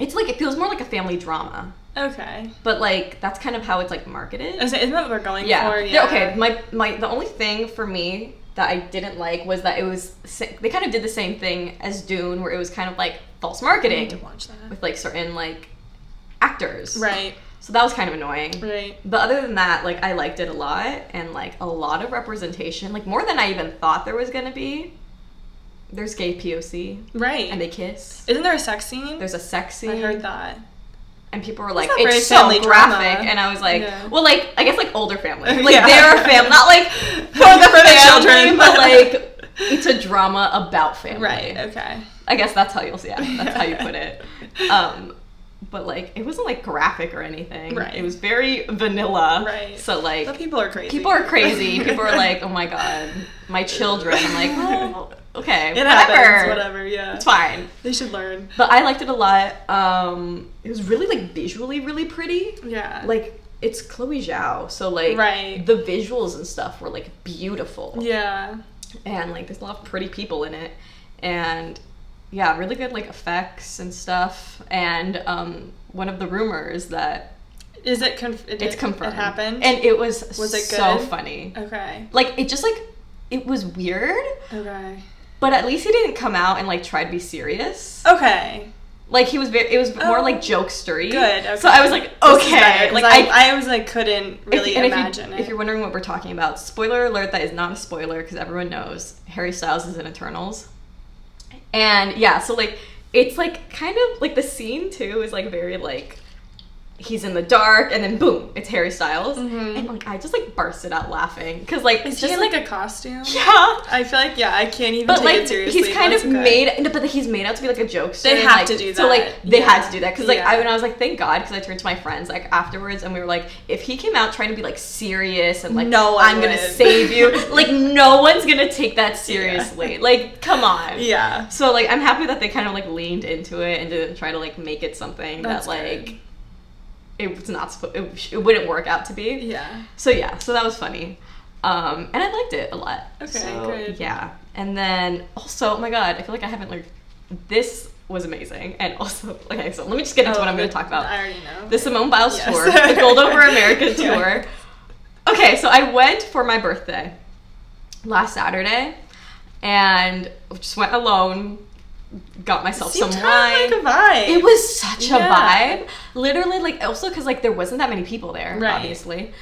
Speaker 2: it's like it feels more like a family drama.
Speaker 1: Okay.
Speaker 2: But like that's kind of how it's like marketed.
Speaker 1: Is it, isn't that what they're going
Speaker 2: yeah.
Speaker 1: for?
Speaker 2: Yeah, Okay. My my the only thing for me that I didn't like was that it was sa- they kind of did the same thing as Dune, where it was kind of like false
Speaker 1: I need to
Speaker 2: marketing
Speaker 1: watch that.
Speaker 2: with like certain like actors.
Speaker 1: Right.
Speaker 2: So that was kind of annoying.
Speaker 1: Right.
Speaker 2: But other than that, like I liked it a lot and like a lot of representation, like more than I even thought there was gonna be. There's gay POC
Speaker 1: Right.
Speaker 2: and they kiss.
Speaker 1: isn't there a sex scene?
Speaker 2: There's a sex scene.
Speaker 1: I heard that.
Speaker 2: and people were like,
Speaker 1: not very
Speaker 2: "It's so
Speaker 1: family
Speaker 2: graphic,"
Speaker 1: drama.
Speaker 2: and I was like,
Speaker 1: Yeah.
Speaker 2: "Well, like I guess like older family, like
Speaker 1: Yeah.
Speaker 2: they're a family, not like for the
Speaker 1: For the
Speaker 2: family,
Speaker 1: children.
Speaker 2: but like it's a drama about family."
Speaker 1: Right. Okay.
Speaker 2: I guess that's how you'll see. Yeah, that's how you put it. Um, but like it wasn't like graphic or anything.
Speaker 1: Right.
Speaker 2: It was very vanilla.
Speaker 1: Right.
Speaker 2: So like
Speaker 1: But people are crazy.
Speaker 2: people are crazy. people are like, "Oh my god, my children." I'm like, "Oh, okay,
Speaker 1: it
Speaker 2: whatever.
Speaker 1: happens. Whatever. Yeah.
Speaker 2: It's fine."
Speaker 1: They should learn.
Speaker 2: But I liked it a lot. Um, it was really like visually really pretty
Speaker 1: Yeah.
Speaker 2: like it's Chloe Zhao, so like
Speaker 1: Right.
Speaker 2: the visuals and stuff were like beautiful,
Speaker 1: yeah.
Speaker 2: and like there's a lot of pretty people in it, and yeah, really good like effects and stuff. And um, one of the rumors that
Speaker 1: Is it? Conf- it
Speaker 2: it's
Speaker 1: did-
Speaker 2: confirmed
Speaker 1: It happened.
Speaker 2: and it was
Speaker 1: Was it
Speaker 2: so
Speaker 1: good?
Speaker 2: funny.
Speaker 1: okay.
Speaker 2: Like it just like it was weird,
Speaker 1: Okay.
Speaker 2: but at least he didn't come out and like try to be serious.
Speaker 1: Okay.
Speaker 2: Like he was very, it was more
Speaker 1: Oh.
Speaker 2: like jokestery.
Speaker 1: Good. Okay.
Speaker 2: So I was like,
Speaker 1: This is
Speaker 2: okay,
Speaker 1: better, 'cause
Speaker 2: like
Speaker 1: I, I was like, couldn't really
Speaker 2: if, and
Speaker 1: imagine
Speaker 2: if you,
Speaker 1: it.
Speaker 2: If you're wondering what we're talking about, spoiler alert that is not a spoiler because everyone knows Harry Styles is in Eternals. And yeah, so like it's like kind of like the scene too is like very like he's in the dark and then boom, it's Harry Styles.
Speaker 1: Mhm.
Speaker 2: And like I just like bursted out laughing cuz like
Speaker 1: is
Speaker 2: it's
Speaker 1: he
Speaker 2: just
Speaker 1: in,
Speaker 2: like,
Speaker 1: like, a costume?
Speaker 2: yeah.
Speaker 1: I feel like yeah, I can't even
Speaker 2: But
Speaker 1: take
Speaker 2: like
Speaker 1: it seriously.
Speaker 2: he's kind of
Speaker 1: That's okay.
Speaker 2: made, no, but he's made out to be like a jokester.
Speaker 1: They
Speaker 2: and,
Speaker 1: have
Speaker 2: like-
Speaker 1: to do
Speaker 2: So like
Speaker 1: that.
Speaker 2: they had
Speaker 1: Yeah.
Speaker 2: to do that because like I
Speaker 1: Yeah.
Speaker 2: when I was like, thank God, because I turned to my friends like afterwards and we were like, if he came out trying to be like serious and like,
Speaker 1: No one
Speaker 2: I'm gonna
Speaker 1: would.
Speaker 2: save you, like no one's gonna take that seriously. Like come on.
Speaker 1: Yeah.
Speaker 2: So like I'm happy that they kind of like leaned into it and didn't try to like make it something
Speaker 1: That's
Speaker 2: that like
Speaker 1: good.
Speaker 2: it's not supposed it, sh- it wouldn't work out to be.
Speaker 1: Yeah.
Speaker 2: So yeah, so that was funny. Um, and I liked it a lot.
Speaker 1: Okay,
Speaker 2: So,
Speaker 1: good.
Speaker 2: Yeah. And then also, oh my god, I feel like I haven't like this was amazing. And also, okay, so let me just get into what I'm going to talk about.
Speaker 1: Oh, I already know.
Speaker 2: the Simone Biles
Speaker 1: Yes.
Speaker 2: tour, the Gold Over America
Speaker 1: Yeah.
Speaker 2: tour. Okay, so I went for my birthday last Saturday, and just went alone. Got myself
Speaker 1: Seemed
Speaker 2: some
Speaker 1: kinda
Speaker 2: wine.
Speaker 1: like a vibe.
Speaker 2: It was such a
Speaker 1: Yeah.
Speaker 2: vibe. Literally, like also because like there wasn't that many people there,
Speaker 1: Right.
Speaker 2: obviously.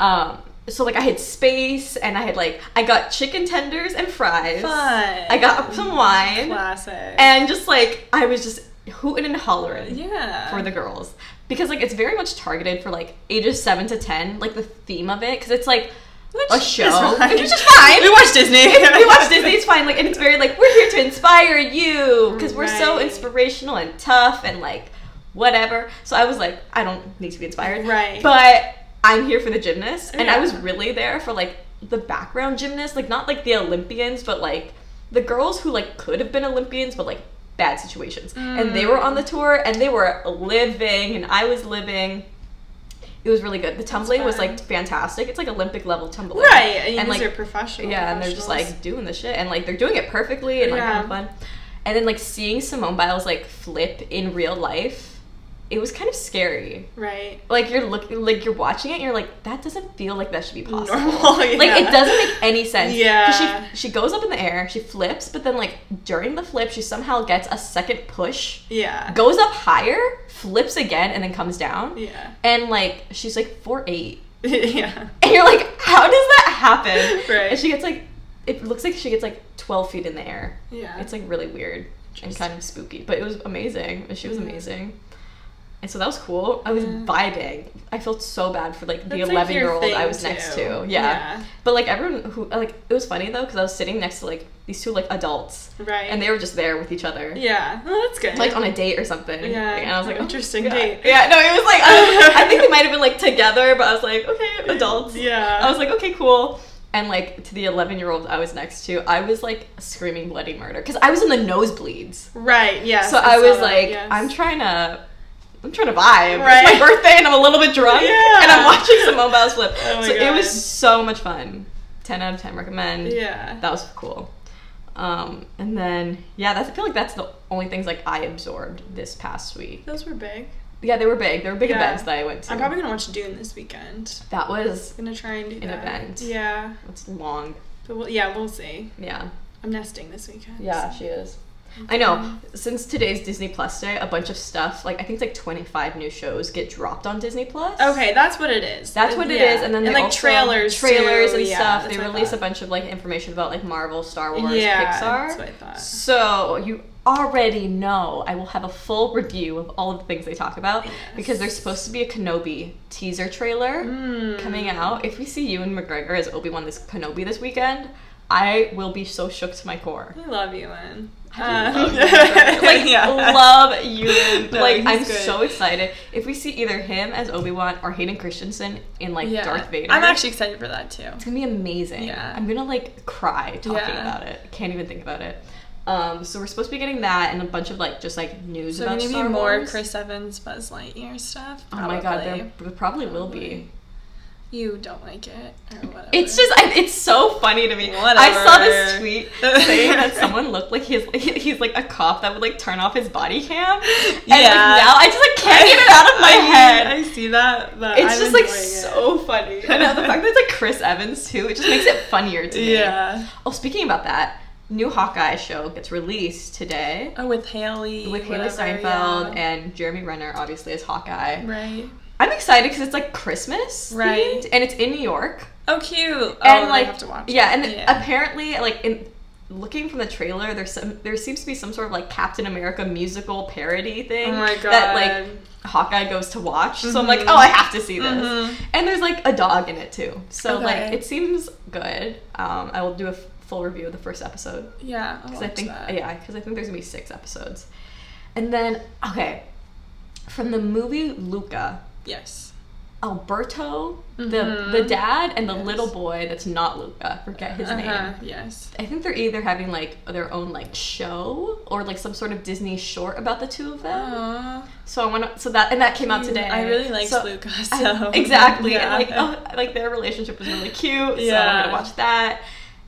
Speaker 2: Um, so like I had space, and I had like I got chicken tenders and fries.
Speaker 1: fun.
Speaker 2: I got some wine,
Speaker 1: classic.
Speaker 2: and just like I was just hooting and hollering
Speaker 1: yeah.
Speaker 2: for the girls because like it's very much targeted for like ages seven to ten. Like the theme of it, because it's like
Speaker 1: Which
Speaker 2: a
Speaker 1: is
Speaker 2: show,
Speaker 1: fine.
Speaker 2: which is fine.
Speaker 1: We watched Disney.
Speaker 2: we watch Disney, it's fine. Like, and it's very like we're here to inspire you because we're so
Speaker 1: Right.
Speaker 2: inspirational and tough and like whatever. So I was like, I don't need to be inspired,
Speaker 1: Right.
Speaker 2: But I'm here for the gymnasts, and I
Speaker 1: Yeah.
Speaker 2: was really there for like the background gymnasts, like not like the Olympians, but like the girls who like could have been Olympians, but like bad situations, and they were on
Speaker 1: Mm.
Speaker 2: the tour and they were living, and I was living. It was really good. The tumbling was
Speaker 1: fun.
Speaker 2: like fantastic. It's like Olympic level tumbling,
Speaker 1: Right. And,
Speaker 2: And
Speaker 1: these
Speaker 2: like
Speaker 1: are professional.
Speaker 2: yeah, and they're just
Speaker 1: professionals.
Speaker 2: like doing the shit, and like they're doing it perfectly, and like
Speaker 1: Yeah.
Speaker 2: having fun. And then like seeing Simone Biles like flip in real life it was kind of scary.
Speaker 1: Right.
Speaker 2: Like you're looking, like you're watching it, and you're like, that doesn't feel like that should be possible.
Speaker 1: Normal,
Speaker 2: Like
Speaker 1: yeah.
Speaker 2: it doesn't make any sense. 'Cause
Speaker 1: Yeah.
Speaker 2: She she goes up in the air, she flips, but then like during the flip, she somehow gets a second push,
Speaker 1: Yeah.
Speaker 2: goes up higher, flips again, and then comes down.
Speaker 1: Yeah.
Speaker 2: And like she's like four eight,
Speaker 1: yeah.
Speaker 2: and you're like, how does that happen?
Speaker 1: Right.
Speaker 2: And she gets like, it looks like she gets like twelve feet in the air.
Speaker 1: Yeah.
Speaker 2: It's like really weird and kind of spooky, but it was amazing. She was
Speaker 1: Mhm.
Speaker 2: amazing. And so that was cool. I was
Speaker 1: Yeah.
Speaker 2: vibing. I felt so bad for like the
Speaker 1: That's, like,
Speaker 2: 11 year
Speaker 1: your
Speaker 2: old I
Speaker 1: thing,
Speaker 2: was next
Speaker 1: too.
Speaker 2: to. Yeah.
Speaker 1: Yeah.
Speaker 2: But like everyone who, like, it was funny though, because I was sitting next to like these two like adults
Speaker 1: right.
Speaker 2: and they were just there with each other.
Speaker 1: yeah. Well, that's good.
Speaker 2: Like on a date or something.
Speaker 1: Yeah,
Speaker 2: And I was like, oh my
Speaker 1: interesting
Speaker 2: God.
Speaker 1: date.
Speaker 2: Yeah. No, it was like, I, I think they might have been like together, but I was like, okay, adults.
Speaker 1: Yeah.
Speaker 2: I was like, okay, cool. And like to the 11 year old I was next to, I was like screaming bloody murder because I was in the nosebleeds.
Speaker 1: right. Yes.
Speaker 2: so
Speaker 1: I
Speaker 2: I
Speaker 1: saw
Speaker 2: was
Speaker 1: that,
Speaker 2: like,
Speaker 1: yes.
Speaker 2: I'm trying to. I'm trying to vibe.
Speaker 1: Right.
Speaker 2: It's my birthday and I'm a little bit drunk.
Speaker 1: Yeah.
Speaker 2: And I'm watching Simone Biles flip.
Speaker 1: Oh my
Speaker 2: so it was
Speaker 1: God.
Speaker 2: so much fun. 10 out of 10 recommend.
Speaker 1: Yeah.
Speaker 2: That was cool. Um, and then, yeah, that's, I feel like that's the only things like I absorbed this past week.
Speaker 1: Those were big.
Speaker 2: Yeah, they were big. They were big
Speaker 1: Yeah.
Speaker 2: events that I went to.
Speaker 1: I'm probably gonna watch Dune this weekend.
Speaker 2: that was,
Speaker 1: Gonna try and do
Speaker 2: An
Speaker 1: that.
Speaker 2: event.
Speaker 1: Yeah.
Speaker 2: that's long.
Speaker 1: But we'll, yeah, we'll see.
Speaker 2: Yeah.
Speaker 1: I'm nesting this weekend.
Speaker 2: Yeah, she is. I know. Since today's Disney Plus day, a bunch of stuff, like I think it's like 25 new shows get dropped on Disney Plus.
Speaker 1: Okay, that's what it is.
Speaker 2: That's what it
Speaker 1: Yeah.
Speaker 2: is, and then they
Speaker 1: like
Speaker 2: also-
Speaker 1: trailers,
Speaker 2: trailers
Speaker 1: too.
Speaker 2: and
Speaker 1: Yeah,
Speaker 2: stuff.
Speaker 1: that's
Speaker 2: They
Speaker 1: what I
Speaker 2: release a
Speaker 1: thought.
Speaker 2: bunch of like information about like Marvel, Star Wars,
Speaker 1: yeah, That's what
Speaker 2: Pixar.
Speaker 1: I thought.
Speaker 2: So you already know I will have a full review of all of the things they talk about because there's supposed to be a Kenobi teaser trailer
Speaker 1: Mm.
Speaker 2: coming out. If we see you and McGregor as Obi Wan this Kenobi this weekend, I will be so shook to my core.
Speaker 1: I love you, Lynn.
Speaker 2: I
Speaker 1: Um,
Speaker 2: love you, Ewan. like
Speaker 1: yeah.
Speaker 2: love you.
Speaker 1: No,
Speaker 2: like
Speaker 1: he's
Speaker 2: I'm
Speaker 1: good.
Speaker 2: so excited. If we see either him as Obi Wan or Hayden Christensen in like
Speaker 1: Yeah.
Speaker 2: Darth Vader,
Speaker 1: I'm actually excited for that too.
Speaker 2: it's gonna be amazing.
Speaker 1: Yeah.
Speaker 2: I'm gonna like cry talking
Speaker 1: Yeah.
Speaker 2: about it. Can't even think about it. Um, so we're supposed to be getting that and a bunch of like just like news
Speaker 1: So
Speaker 2: about
Speaker 1: maybe
Speaker 2: Star
Speaker 1: more
Speaker 2: Wars.
Speaker 1: Chris Evans, Buzz Lightyear stuff.
Speaker 2: Oh my god,
Speaker 1: probably.
Speaker 2: there there probably will be.
Speaker 1: you don't like it or whatever.
Speaker 2: It's just, I, it's so funny to me. I saw this
Speaker 1: Whatever.
Speaker 2: tweet saying that someone looked like he's, he, he's like a cop that would like turn off his body cam. And like
Speaker 1: Yeah.
Speaker 2: now I just like can't get it out of my
Speaker 1: I mean,
Speaker 2: head.
Speaker 1: I see that, but
Speaker 2: it's
Speaker 1: I'm
Speaker 2: just like
Speaker 1: enjoying it.
Speaker 2: so funny. I know the fact that it's like Chris Evans too, it just makes it funnier to me.
Speaker 1: Yeah.
Speaker 2: Oh, speaking about that, new Hawkeye show gets released today
Speaker 1: Oh, with Haley.
Speaker 2: with Haley Steinfeld and Jeremy Renner, obviously as Hawkeye.
Speaker 1: Right.
Speaker 2: I'm excited because it's like Christmas,
Speaker 1: Right.
Speaker 2: themed, and it's in New York.
Speaker 1: Oh, cute. Oh,
Speaker 2: and
Speaker 1: I
Speaker 2: like
Speaker 1: have to watch.
Speaker 2: yeah,
Speaker 1: it.
Speaker 2: and apparently like in looking from the trailer, there's some there seems to be some sort of like Captain America musical parody thing
Speaker 1: Oh my
Speaker 2: that
Speaker 1: God.
Speaker 2: like Hawkeye goes to watch. So I'm like,
Speaker 1: Mhm.
Speaker 2: oh, I have to see this.
Speaker 1: Mhm.
Speaker 2: And there's like a dog in it too. So like
Speaker 1: Okay.
Speaker 2: it seems good. Um, I will do a f- full review of the first episode
Speaker 1: yeah, I'll
Speaker 2: because I
Speaker 1: watch
Speaker 2: think
Speaker 1: that.
Speaker 2: yeah, because I think there's gonna be six episodes. And then okay, from the movie Luca.
Speaker 1: Yes.
Speaker 2: Alberto,
Speaker 1: Mhm.
Speaker 2: the the dad, and the
Speaker 1: Yes.
Speaker 2: little boy that's not Luca. I Forget his
Speaker 1: Uh-huh,
Speaker 2: name.
Speaker 1: Yes.
Speaker 2: I think they're either having like their own like show or like some sort of Disney short about the two of them.
Speaker 1: Aw.
Speaker 2: So I want to. So that and that came out today.
Speaker 1: Oh. I really liked
Speaker 2: So-
Speaker 1: Luca.
Speaker 2: I-
Speaker 1: So
Speaker 2: exactly.
Speaker 1: Yeah.
Speaker 2: And like oh, like their relationship was really cute. So I'm
Speaker 1: Yeah.
Speaker 2: gonna watch that.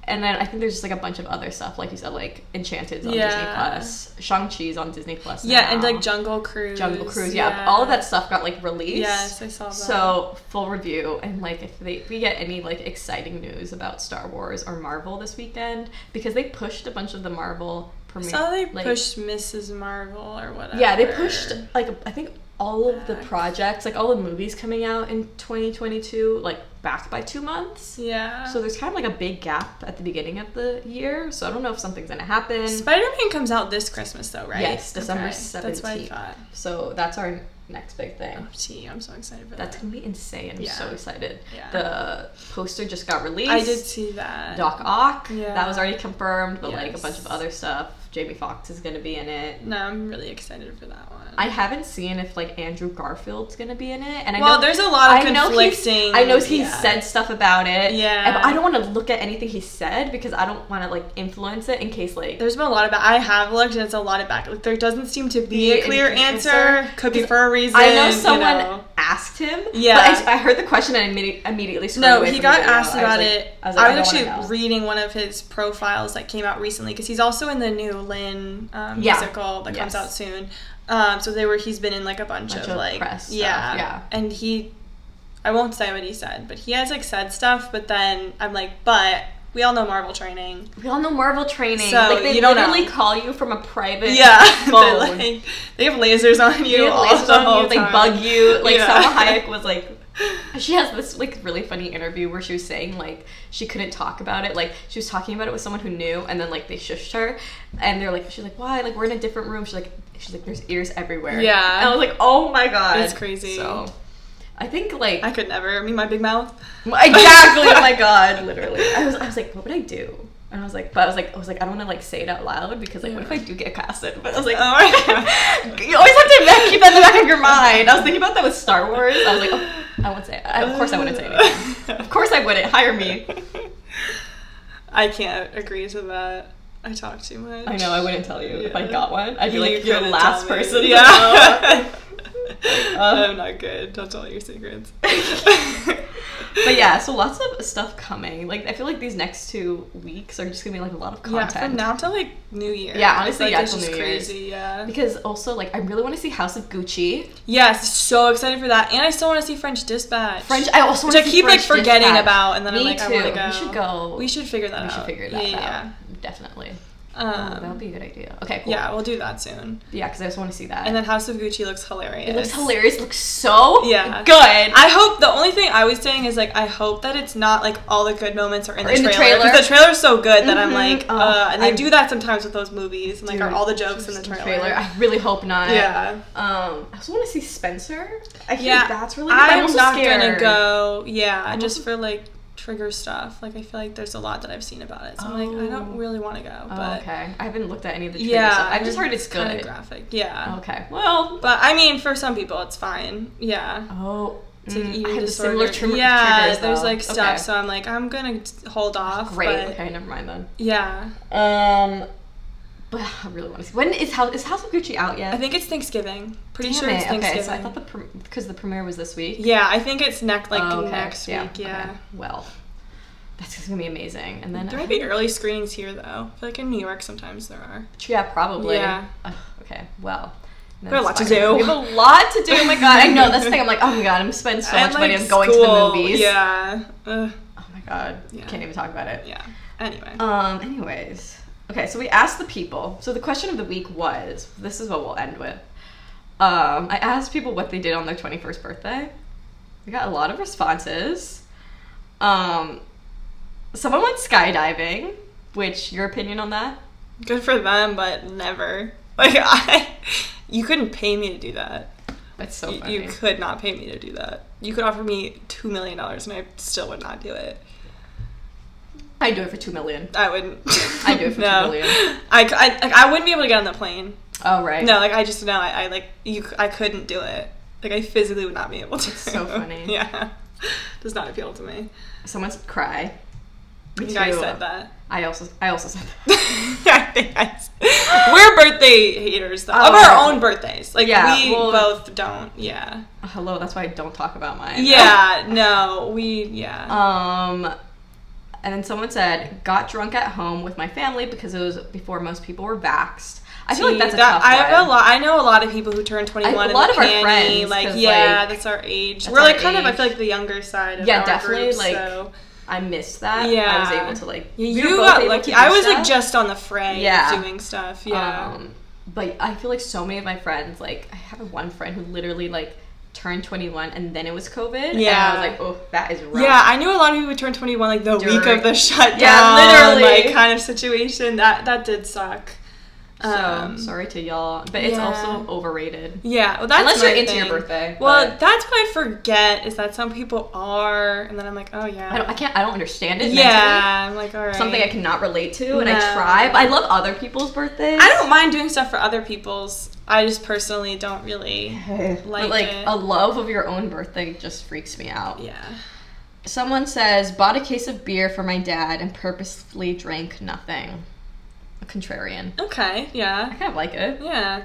Speaker 2: And then I think there's just like a bunch of other stuff, like you said, like Enchanted's on Disney
Speaker 1: Yeah.
Speaker 2: Plus, Shang Chi's on Disney Plus.
Speaker 1: yeah, and
Speaker 2: now.
Speaker 1: like Jungle Cruise.
Speaker 2: Jungle Cruise, yeah. All of that stuff got like released.
Speaker 1: Yes, I saw that.
Speaker 2: So full review and like if they we get any like exciting news about Star Wars or Marvel this weekend because they pushed a bunch of the Marvel
Speaker 1: I
Speaker 2: premiere.
Speaker 1: saw they
Speaker 2: like-
Speaker 1: pushed Mrs. Marvel or whatever.
Speaker 2: Yeah, they pushed like I think all of the
Speaker 1: Back.
Speaker 2: projects, like all the movies coming out in 2022, like back by two months.
Speaker 1: Yeah.
Speaker 2: So there's kind of like a big gap at the beginning of the year. So I don't know if something's gonna happen.
Speaker 1: Spider Man comes out this Christmas though, right?
Speaker 2: Yes, December
Speaker 1: That's what I
Speaker 2: 17th.
Speaker 1: thought. Oh,
Speaker 2: So that's our next big thing.
Speaker 1: Gee, I'm so excited for
Speaker 2: That's
Speaker 1: that.
Speaker 2: gonna be insane. I'm
Speaker 1: Yeah.
Speaker 2: so excited.
Speaker 1: Yeah.
Speaker 2: The poster just got released.
Speaker 1: I did see that.
Speaker 2: Doc Ock.
Speaker 1: Yeah.
Speaker 2: That was already confirmed, but like a bunch of
Speaker 1: Yes.
Speaker 2: other stuff. Jamie Foxx is gonna be in it.
Speaker 1: No, I'm really excited for that one.
Speaker 2: I haven't seen if like Andrew Garfield's gonna be in it, and I
Speaker 1: well,
Speaker 2: know
Speaker 1: there's a lot of
Speaker 2: I know he's-
Speaker 1: conflicting.
Speaker 2: I know he
Speaker 1: yeah.
Speaker 2: said stuff about it.
Speaker 1: Yeah.
Speaker 2: and- but I don't want to look at anything he said because I don't want to like influence it in case like
Speaker 1: There's been a lot of. I have looked, and it's a lot of back. Like, there doesn't seem to be
Speaker 2: Be
Speaker 1: a clear
Speaker 2: an
Speaker 1: answer.
Speaker 2: answer.
Speaker 1: Could be for a reason.
Speaker 2: I know
Speaker 1: you
Speaker 2: someone
Speaker 1: know.
Speaker 2: asked him.
Speaker 1: Yeah.
Speaker 2: but I, I heard the question and immedi- immediately. scrolled
Speaker 1: No,
Speaker 2: away
Speaker 1: he
Speaker 2: from
Speaker 1: got
Speaker 2: the video.
Speaker 1: asked
Speaker 2: I was
Speaker 1: about
Speaker 2: like-
Speaker 1: it.
Speaker 2: I was, like,
Speaker 1: I
Speaker 2: I
Speaker 1: was
Speaker 2: don't wanna know.
Speaker 1: actually reading one of his profiles that came out recently because he's also in the new Lin um,
Speaker 2: Yeah.
Speaker 1: musical that comes
Speaker 2: Yes.
Speaker 1: out soon. Um, so they were. He's been in like a bunch,
Speaker 2: Bunch
Speaker 1: of,
Speaker 2: of
Speaker 1: like
Speaker 2: press
Speaker 1: yeah,
Speaker 2: stuff, yeah.
Speaker 1: And he, I won't say what he said, but he has like said stuff. But then I'm like, but we all know Marvel training.
Speaker 2: We all know Marvel training.
Speaker 1: So,
Speaker 2: like they
Speaker 1: you don't
Speaker 2: literally
Speaker 1: know.
Speaker 2: call you from a private
Speaker 1: yeah,
Speaker 2: phone.
Speaker 1: they like they have lasers on you.
Speaker 2: They have
Speaker 1: all
Speaker 2: lasers
Speaker 1: the
Speaker 2: on you,
Speaker 1: whole
Speaker 2: they
Speaker 1: time.
Speaker 2: bug you. Like
Speaker 1: Yeah.
Speaker 2: Selma Hayek was like she has this like really funny interview where she was saying like she couldn't talk about it. Like she was talking about it with someone who knew and then like they shushed her and they're like she's like, Why? Like we're in a different room. She's like she's like there's ears everywhere.
Speaker 1: Yeah.
Speaker 2: And I was like, Oh my god.
Speaker 1: It's crazy.
Speaker 2: So I think like
Speaker 1: I could never. Me, my big mouth.
Speaker 2: Exactly. oh my god, literally. I was, I was like, what would I do? And I was like, but I was like, I was like, I don't want to like say it out loud because like, what if I do get casted? But I was like,
Speaker 1: Oh my God.
Speaker 2: you always have to ma- keep that in the back of your mind. I was thinking about that with Star Wars. I was like, oh, I won't say. It. I- Of course, I wouldn't say it. Of course, I wouldn't hire me.
Speaker 1: I can't agree to that. I talk too much.
Speaker 2: I know I wouldn't tell you if I
Speaker 1: Yeah.
Speaker 2: got one. I'd be
Speaker 1: You
Speaker 2: like, you're the
Speaker 1: couldn't
Speaker 2: last
Speaker 1: tell me.
Speaker 2: person. to know.
Speaker 1: Yeah.
Speaker 2: Um,
Speaker 1: I'm not good. Don't tell your secrets.
Speaker 2: but yeah, so lots of stuff coming. Like I feel like these next two weeks are just gonna be like a lot of content.
Speaker 1: Yeah, from now till like New Year.
Speaker 2: Yeah, honestly,
Speaker 1: like,
Speaker 2: yeah,
Speaker 1: it's
Speaker 2: till
Speaker 1: just
Speaker 2: New Year's.
Speaker 1: crazy. Yeah.
Speaker 2: Because also, like, I really want to see House of Gucci.
Speaker 1: Yes, so excited for that, and I still want to see French Dispatch.
Speaker 2: French. I also
Speaker 1: which
Speaker 2: wanna
Speaker 1: I
Speaker 2: see
Speaker 1: keep like
Speaker 2: French
Speaker 1: forgetting
Speaker 2: Dispatch.
Speaker 1: about, and then
Speaker 2: Me
Speaker 1: I'm like,
Speaker 2: too.
Speaker 1: I want to go.
Speaker 2: We should go.
Speaker 1: We should figure that
Speaker 2: We
Speaker 1: out.
Speaker 2: should figure that
Speaker 1: yeah,
Speaker 2: out. Definitely.
Speaker 1: Yeah. Um,
Speaker 2: that would be a good idea. Okay. Cool.
Speaker 1: yeah, we'll do that soon.
Speaker 2: Yeah, because I just want to see that.
Speaker 1: And then House of Gucci looks hilarious.
Speaker 2: it looks hilarious. It looks so
Speaker 1: Yeah.
Speaker 2: good. I,
Speaker 1: I hope the only thing I was saying is like I hope that it's not like all the good moments are in the
Speaker 2: Or in the
Speaker 1: trailer
Speaker 2: trailer.
Speaker 1: because the trailer's so good that I'm
Speaker 2: Mhm.
Speaker 1: like
Speaker 2: Oh,
Speaker 1: uh, and they
Speaker 2: I-
Speaker 1: do that sometimes with those movies and like are all the jokes in the trailer.
Speaker 2: I really hope not.
Speaker 1: Yeah,
Speaker 2: Um, I also want to see Spencer. I feel
Speaker 1: yeah.
Speaker 2: like that's really. Good.
Speaker 1: I'm
Speaker 2: also
Speaker 1: not
Speaker 2: scared.
Speaker 1: gonna go. Yeah, just
Speaker 2: also-
Speaker 1: for like trigger stuff. Like I feel like there's a lot that I've seen about it, so I'm like I
Speaker 2: Oh.
Speaker 1: don't really want to go.
Speaker 2: Oh,
Speaker 1: But
Speaker 2: okay. I haven't looked at any of the.
Speaker 1: yeah,
Speaker 2: Yeah. I've just heard it's
Speaker 1: kind of
Speaker 2: good.
Speaker 1: graphic. Yeah,
Speaker 2: Okay. Well.
Speaker 1: but I mean for some people it's fine. Yeah.
Speaker 2: Oh.
Speaker 1: It's like
Speaker 2: mm,
Speaker 1: eating
Speaker 2: I had a
Speaker 1: disorder.
Speaker 2: similar trim-
Speaker 1: yeah,
Speaker 2: triggers,
Speaker 1: there's
Speaker 2: though.
Speaker 1: like stuff,
Speaker 2: Okay.
Speaker 1: so I'm like, I'm gonna t- hold off.
Speaker 2: Great.
Speaker 1: but-
Speaker 2: okay, never mind then.
Speaker 1: Yeah,
Speaker 2: Um, but I really want to see. When is House is House of Gucci out yet?
Speaker 1: I think it's Thanksgiving. Pretty
Speaker 2: Damn
Speaker 1: sure it's
Speaker 2: it. Okay,
Speaker 1: Thanksgiving.
Speaker 2: so I thought the pre- because the premiere was this week.
Speaker 1: yeah, I think it's next like
Speaker 2: Oh, okay.
Speaker 1: next week. Yeah,
Speaker 2: okay. Well, that's just gonna be amazing. And then
Speaker 1: there might be early screenings here though. I feel like in New York sometimes there are.
Speaker 2: yeah, probably.
Speaker 1: Yeah.
Speaker 2: Ugh, okay. Well.
Speaker 1: We have a lot to
Speaker 2: Spider-Man.
Speaker 1: do.
Speaker 2: We have a lot to do. Oh my god! I know that's the thing. I'm like, oh my god, I'm spending so much
Speaker 1: And,
Speaker 2: money.
Speaker 1: like,
Speaker 2: I'm going to the
Speaker 1: school,
Speaker 2: movies.
Speaker 1: Yeah. Ugh,
Speaker 2: Oh my god.
Speaker 1: Yeah.
Speaker 2: Can't even talk about it.
Speaker 1: yeah. Anyway.
Speaker 2: Um, anyways. Okay, so we asked the people. So the question of the week was this is what we'll end with. Um, I asked people what they did on their 21st birthday. We got a lot of responses. Um, someone went skydiving, which, your opinion on that?
Speaker 1: Good for them, but never. Like I, you couldn't pay me to do that.
Speaker 2: That's so
Speaker 1: You-
Speaker 2: funny.
Speaker 1: you could not pay me to do that. You could offer me two million dollars, and I still would not do it.
Speaker 2: I do it for 2 million.
Speaker 1: I wouldn't.
Speaker 2: I do it for
Speaker 1: no.
Speaker 2: two million.
Speaker 1: I, c- I, like, I wouldn't be able to get on the plane.
Speaker 2: Oh, right.
Speaker 1: No, like I just no, I, I like you. c- I couldn't do it. Like I physically would not be able to.
Speaker 2: so funny.
Speaker 1: yeah, does not appeal to me.
Speaker 2: Someone said cry.
Speaker 1: I
Speaker 2: Me
Speaker 1: think I
Speaker 2: too.
Speaker 1: said that.
Speaker 2: I also, I also said that.
Speaker 1: I think I. s- We're birthday haters though, of
Speaker 2: Oh.
Speaker 1: our own birthdays. Like
Speaker 2: Yeah,
Speaker 1: we
Speaker 2: well-
Speaker 1: both don't. Yeah.
Speaker 2: Hello, that's why I don't talk about mine.
Speaker 1: Yeah. No. We. Yeah.
Speaker 2: Um, and then someone said, "Got drunk at home with my family because it was before most people were vaxxed." I feel like that's a
Speaker 1: that,
Speaker 2: tough
Speaker 1: I have
Speaker 2: one.
Speaker 1: a lot. I know a lot of people who turn twenty
Speaker 2: I- a
Speaker 1: one.
Speaker 2: lot
Speaker 1: the
Speaker 2: of our
Speaker 1: canny,
Speaker 2: friends,
Speaker 1: like
Speaker 2: 'cause,
Speaker 1: yeah,
Speaker 2: like,
Speaker 1: that's our age.
Speaker 2: that's
Speaker 1: We're
Speaker 2: our
Speaker 1: like kind of. I
Speaker 2: age.
Speaker 1: feel like the younger side. Of
Speaker 2: Yeah,
Speaker 1: our
Speaker 2: definitely,
Speaker 1: group,
Speaker 2: like,
Speaker 1: so.
Speaker 2: I missed that. I was
Speaker 1: Yeah.
Speaker 2: able to like.
Speaker 1: Yeah,
Speaker 2: we were
Speaker 1: you
Speaker 2: both
Speaker 1: got
Speaker 2: able to
Speaker 1: lucky.
Speaker 2: do
Speaker 1: I was like
Speaker 2: stuff.
Speaker 1: just on the fray
Speaker 2: Yeah.
Speaker 1: of doing stuff. Yeah.
Speaker 2: Um, but I feel like so many of my friends, like I have one friend who literally like turned twenty one and then it was COVID. and
Speaker 1: Yeah.
Speaker 2: I was like, oh, that is wrong.
Speaker 1: yeah, I knew a lot of people who turned 21 like the week
Speaker 2: During-
Speaker 1: of the shutdown.
Speaker 2: literally.
Speaker 1: Like kind of situation. That that did suck.
Speaker 2: So
Speaker 1: Um,
Speaker 2: sorry to y'all, but it's
Speaker 1: yeah.
Speaker 2: also overrated.
Speaker 1: Yeah, well, that's
Speaker 2: Unless you're
Speaker 1: my
Speaker 2: into your
Speaker 1: thing.
Speaker 2: birthday,
Speaker 1: Well,
Speaker 2: but-
Speaker 1: that's what I forget is that some people are, and then I'm like, oh yeah,
Speaker 2: I don't. I can't. I don't understand it. mentally.
Speaker 1: yeah. I'm like, all right.
Speaker 2: something I cannot relate to, and I
Speaker 1: No.
Speaker 2: try. But I love other people's birthdays.
Speaker 1: I don't mind doing stuff for other people's. I just personally don't really
Speaker 2: like,
Speaker 1: like
Speaker 2: like
Speaker 1: it.
Speaker 2: a love of your own birthday just freaks me out.
Speaker 1: Yeah.
Speaker 2: Someone says bought a case of beer for my dad and purposefully drank nothing. A contrarian.
Speaker 1: Okay.
Speaker 2: I
Speaker 1: Yeah.
Speaker 2: kind of like it.
Speaker 1: Yeah.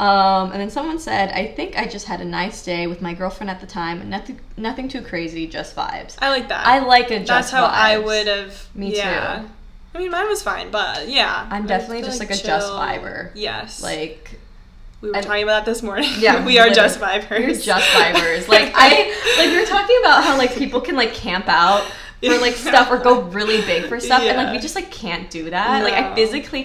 Speaker 2: Um, and then someone said, I think I just had a nice day with my girlfriend at the time. Nothing, nothing too crazy, just vibes.
Speaker 1: I like that.
Speaker 2: I like a just
Speaker 1: That's how I
Speaker 2: vibes.
Speaker 1: would have.
Speaker 2: Me
Speaker 1: yeah.
Speaker 2: too.
Speaker 1: I mean, mine was fine, but yeah.
Speaker 2: I'm
Speaker 1: I
Speaker 2: definitely
Speaker 1: feel
Speaker 2: just like a just
Speaker 1: chill.
Speaker 2: viber.
Speaker 1: Yes.
Speaker 2: Like
Speaker 1: We were
Speaker 2: I-
Speaker 1: talking about this morning.
Speaker 2: Yeah,
Speaker 1: we are just
Speaker 2: literally.
Speaker 1: vibers.
Speaker 2: You're just vibers. Like I like we were talking about how like people can like camp out for like stuff or go really big for stuff and like we
Speaker 1: Yeah.
Speaker 2: just like can't do that. Like I
Speaker 1: No.
Speaker 2: physically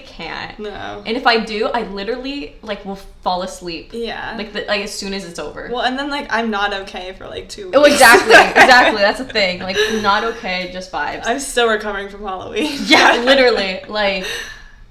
Speaker 2: can't.
Speaker 1: No.
Speaker 2: And if I do, I literally like will fall asleep.
Speaker 1: yeah.
Speaker 2: Like the, like as soon as it's over.
Speaker 1: well, and then like I'm not okay for like two weeks.
Speaker 2: oh, exactly. Exactly. That's the thing. Like not okay, just vibes.
Speaker 1: I'm still recovering from Halloween.
Speaker 2: yeah, literally. Like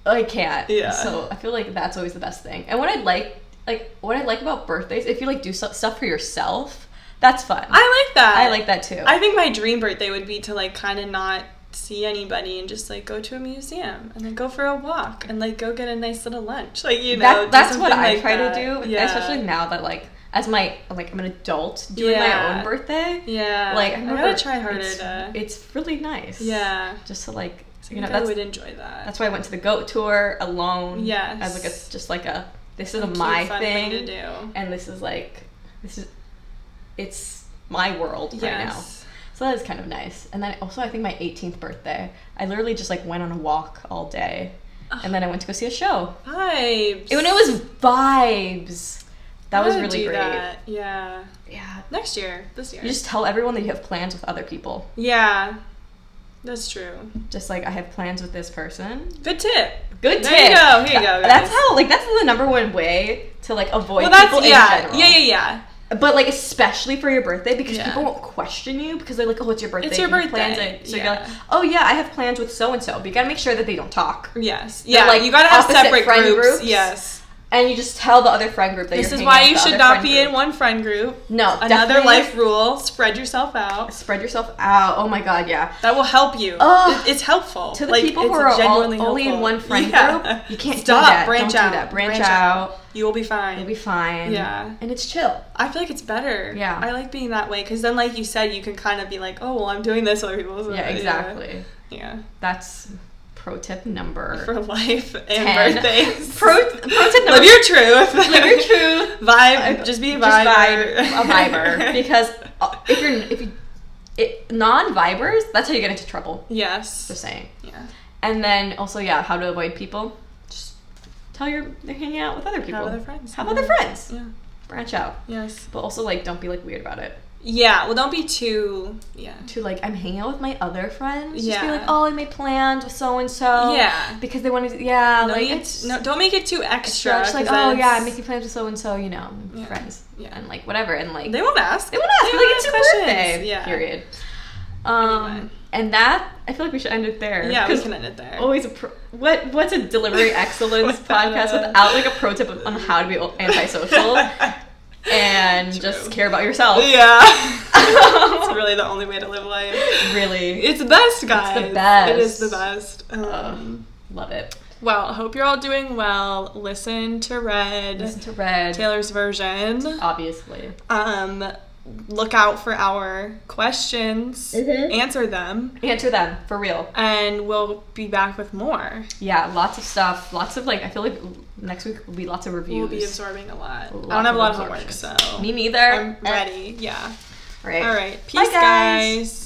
Speaker 2: I can't.
Speaker 1: Yeah.
Speaker 2: So I feel like that's always the best thing. And what I like like what I like about birthdays, if you like do so- stuff for yourself, that's fun.
Speaker 1: I like that.
Speaker 2: I like that too.
Speaker 1: I think my dream birthday would be to like kind of not see anybody and just like go to a museum and then go for a walk and like go get a nice little lunch. Like you know,
Speaker 2: That-
Speaker 1: do
Speaker 2: that's what
Speaker 1: something
Speaker 2: I
Speaker 1: like
Speaker 2: try
Speaker 1: that.
Speaker 2: to do,
Speaker 1: Yeah.
Speaker 2: especially now that like as my like I'm an adult doing
Speaker 1: Yeah.
Speaker 2: my own birthday.
Speaker 1: Yeah,
Speaker 2: Like
Speaker 1: I
Speaker 2: remember
Speaker 1: gotta try harder
Speaker 2: It's,
Speaker 1: to.
Speaker 2: it's really nice.
Speaker 1: yeah,
Speaker 2: Just to like
Speaker 1: So
Speaker 2: you know
Speaker 1: I
Speaker 2: that's
Speaker 1: would enjoy that.
Speaker 2: that's why I went to the goat tour alone.
Speaker 1: Yes.
Speaker 2: As like a just like a this is
Speaker 1: Cute,
Speaker 2: my
Speaker 1: fun
Speaker 2: thing,
Speaker 1: to do.
Speaker 2: and this is like this is it's my world right now.
Speaker 1: Yes.
Speaker 2: So that is kind of nice. And then also, I think my 18th birthday, I literally just like went on a walk all day, and then I went to go see a show.
Speaker 1: Vibes.
Speaker 2: It, when it was vibes, that was
Speaker 1: Gotta
Speaker 2: really
Speaker 1: do
Speaker 2: great.
Speaker 1: that. Yeah.
Speaker 2: Yeah.
Speaker 1: Next year. This year.
Speaker 2: You just tell everyone that you have plans with other people.
Speaker 1: yeah. That's true.
Speaker 2: Just like I have plans with this person.
Speaker 1: Good tip.
Speaker 2: Good
Speaker 1: There you
Speaker 2: tip.
Speaker 1: go, here you go, guys.
Speaker 2: That's how like that's the number one way to like avoid
Speaker 1: well, that's
Speaker 2: people in
Speaker 1: yeah.
Speaker 2: general.
Speaker 1: Yeah, yeah, yeah.
Speaker 2: But like especially for your birthday because
Speaker 1: Yeah.
Speaker 2: people won't question you because they're like, oh, it's your birthday.
Speaker 1: your
Speaker 2: you have
Speaker 1: birthday,
Speaker 2: Plans. And So
Speaker 1: yeah.
Speaker 2: you're like, oh yeah, I have plans with so and so. But you gotta make sure that they don't talk.
Speaker 1: Yes.
Speaker 2: They're,
Speaker 1: Yeah.
Speaker 2: like,
Speaker 1: you gotta have
Speaker 2: opposite
Speaker 1: separate
Speaker 2: friend
Speaker 1: groups.
Speaker 2: groups.
Speaker 1: Yes.
Speaker 2: And you just tell the other friend group that
Speaker 1: This
Speaker 2: you're
Speaker 1: is
Speaker 2: hanging
Speaker 1: why
Speaker 2: out
Speaker 1: you
Speaker 2: with the
Speaker 1: should not
Speaker 2: other friend
Speaker 1: be
Speaker 2: group.
Speaker 1: in one friend group.
Speaker 2: No,
Speaker 1: Another
Speaker 2: definitely-
Speaker 1: life rule: spread yourself out.
Speaker 2: Spread yourself out. Oh my god, yeah.
Speaker 1: That will help you.
Speaker 2: Ugh.
Speaker 1: It- it's helpful
Speaker 2: to the
Speaker 1: Like,
Speaker 2: people who
Speaker 1: it's
Speaker 2: are all,
Speaker 1: genuinely
Speaker 2: only in
Speaker 1: helpful.
Speaker 2: one friend
Speaker 1: Yeah.
Speaker 2: group, you can't
Speaker 1: Stop.
Speaker 2: do that.
Speaker 1: Branch
Speaker 2: Don't
Speaker 1: out.
Speaker 2: do that. Branch,
Speaker 1: Branch
Speaker 2: out.
Speaker 1: You will be fine.
Speaker 2: You'll be fine.
Speaker 1: Yeah.
Speaker 2: and it's chill.
Speaker 1: I feel like it's better.
Speaker 2: Yeah.
Speaker 1: I like being that way because then, like you said, you can kind of be like, oh, well, I'm doing this other people. so,
Speaker 2: yeah, exactly.
Speaker 1: Yeah.
Speaker 2: That's pro tip number
Speaker 1: For life and
Speaker 2: 10.
Speaker 1: birthdays.
Speaker 2: Pro, pro tip number.
Speaker 1: Live your truth.
Speaker 2: live your truth.
Speaker 1: Vibe. Just be a
Speaker 2: Just
Speaker 1: vibe.
Speaker 2: vibe, a viber. Because uh, if you're if you it, non-vibers, that's how you get into trouble. Just
Speaker 1: Yes.
Speaker 2: saying.
Speaker 1: Yeah.
Speaker 2: And then also, yeah, how to avoid people. Just tell your they're hanging out with other people.
Speaker 1: Have other friends.
Speaker 2: Have other friends.
Speaker 1: Yeah.
Speaker 2: Branch out.
Speaker 1: Yes.
Speaker 2: But also, like, don't be like weird about it.
Speaker 1: Yeah. Well, don't be too. Yeah.
Speaker 2: To like, I'm hanging out with my other friends. Just be
Speaker 1: Yeah.
Speaker 2: like, oh, I made plans with so and so.
Speaker 1: Yeah.
Speaker 2: Because they wanted. To, yeah.
Speaker 1: No,
Speaker 2: Uh, like,
Speaker 1: you-
Speaker 2: it's
Speaker 1: no, don't make it too extra.
Speaker 2: extra. Just like,
Speaker 1: 'cause
Speaker 2: oh
Speaker 1: then
Speaker 2: yeah, I'm
Speaker 1: it's-
Speaker 2: making plans with so and so. You know,
Speaker 1: Yeah.
Speaker 2: friends.
Speaker 1: Yeah.
Speaker 2: And like whatever. And like
Speaker 1: They won't ask.
Speaker 2: They want to ask. Like, it's your
Speaker 1: questions.
Speaker 2: birthday.
Speaker 1: Yeah.
Speaker 2: Period. Um,
Speaker 1: Anyway.
Speaker 2: and that I feel like we should end it there.
Speaker 1: Yeah, we
Speaker 2: 'cause Oh,
Speaker 1: can end it there.
Speaker 2: Always a pro- what? What's a delivery excellence podcast without like a pro tip on how to be antisocial and just
Speaker 1: True.
Speaker 2: care about yourself?
Speaker 1: Yeah. it's really the only way to live life.
Speaker 2: Really
Speaker 1: It's the best, guys.
Speaker 2: best.
Speaker 1: It is the best. Um,
Speaker 2: love it.
Speaker 1: well, hope you're all doing well. Listen to Red,
Speaker 2: Listen to Red,
Speaker 1: Taylor's version.
Speaker 2: obviously.
Speaker 1: Um, look out for our questions.
Speaker 2: Mhm.
Speaker 1: Answer them.
Speaker 2: Answer them for real.
Speaker 1: And we'll be back with more.
Speaker 2: Yeah, lots of stuff. Lots of like. I feel like next week will be lots of
Speaker 1: We'll
Speaker 2: reviews.
Speaker 1: be absorbing a lot. I
Speaker 2: Lots
Speaker 1: don't have
Speaker 2: of
Speaker 1: a lot of
Speaker 2: absorption.
Speaker 1: homework, so
Speaker 2: Me neither.
Speaker 1: I'm ready. Yeah. All right. Peace,
Speaker 2: guys.
Speaker 1: guys.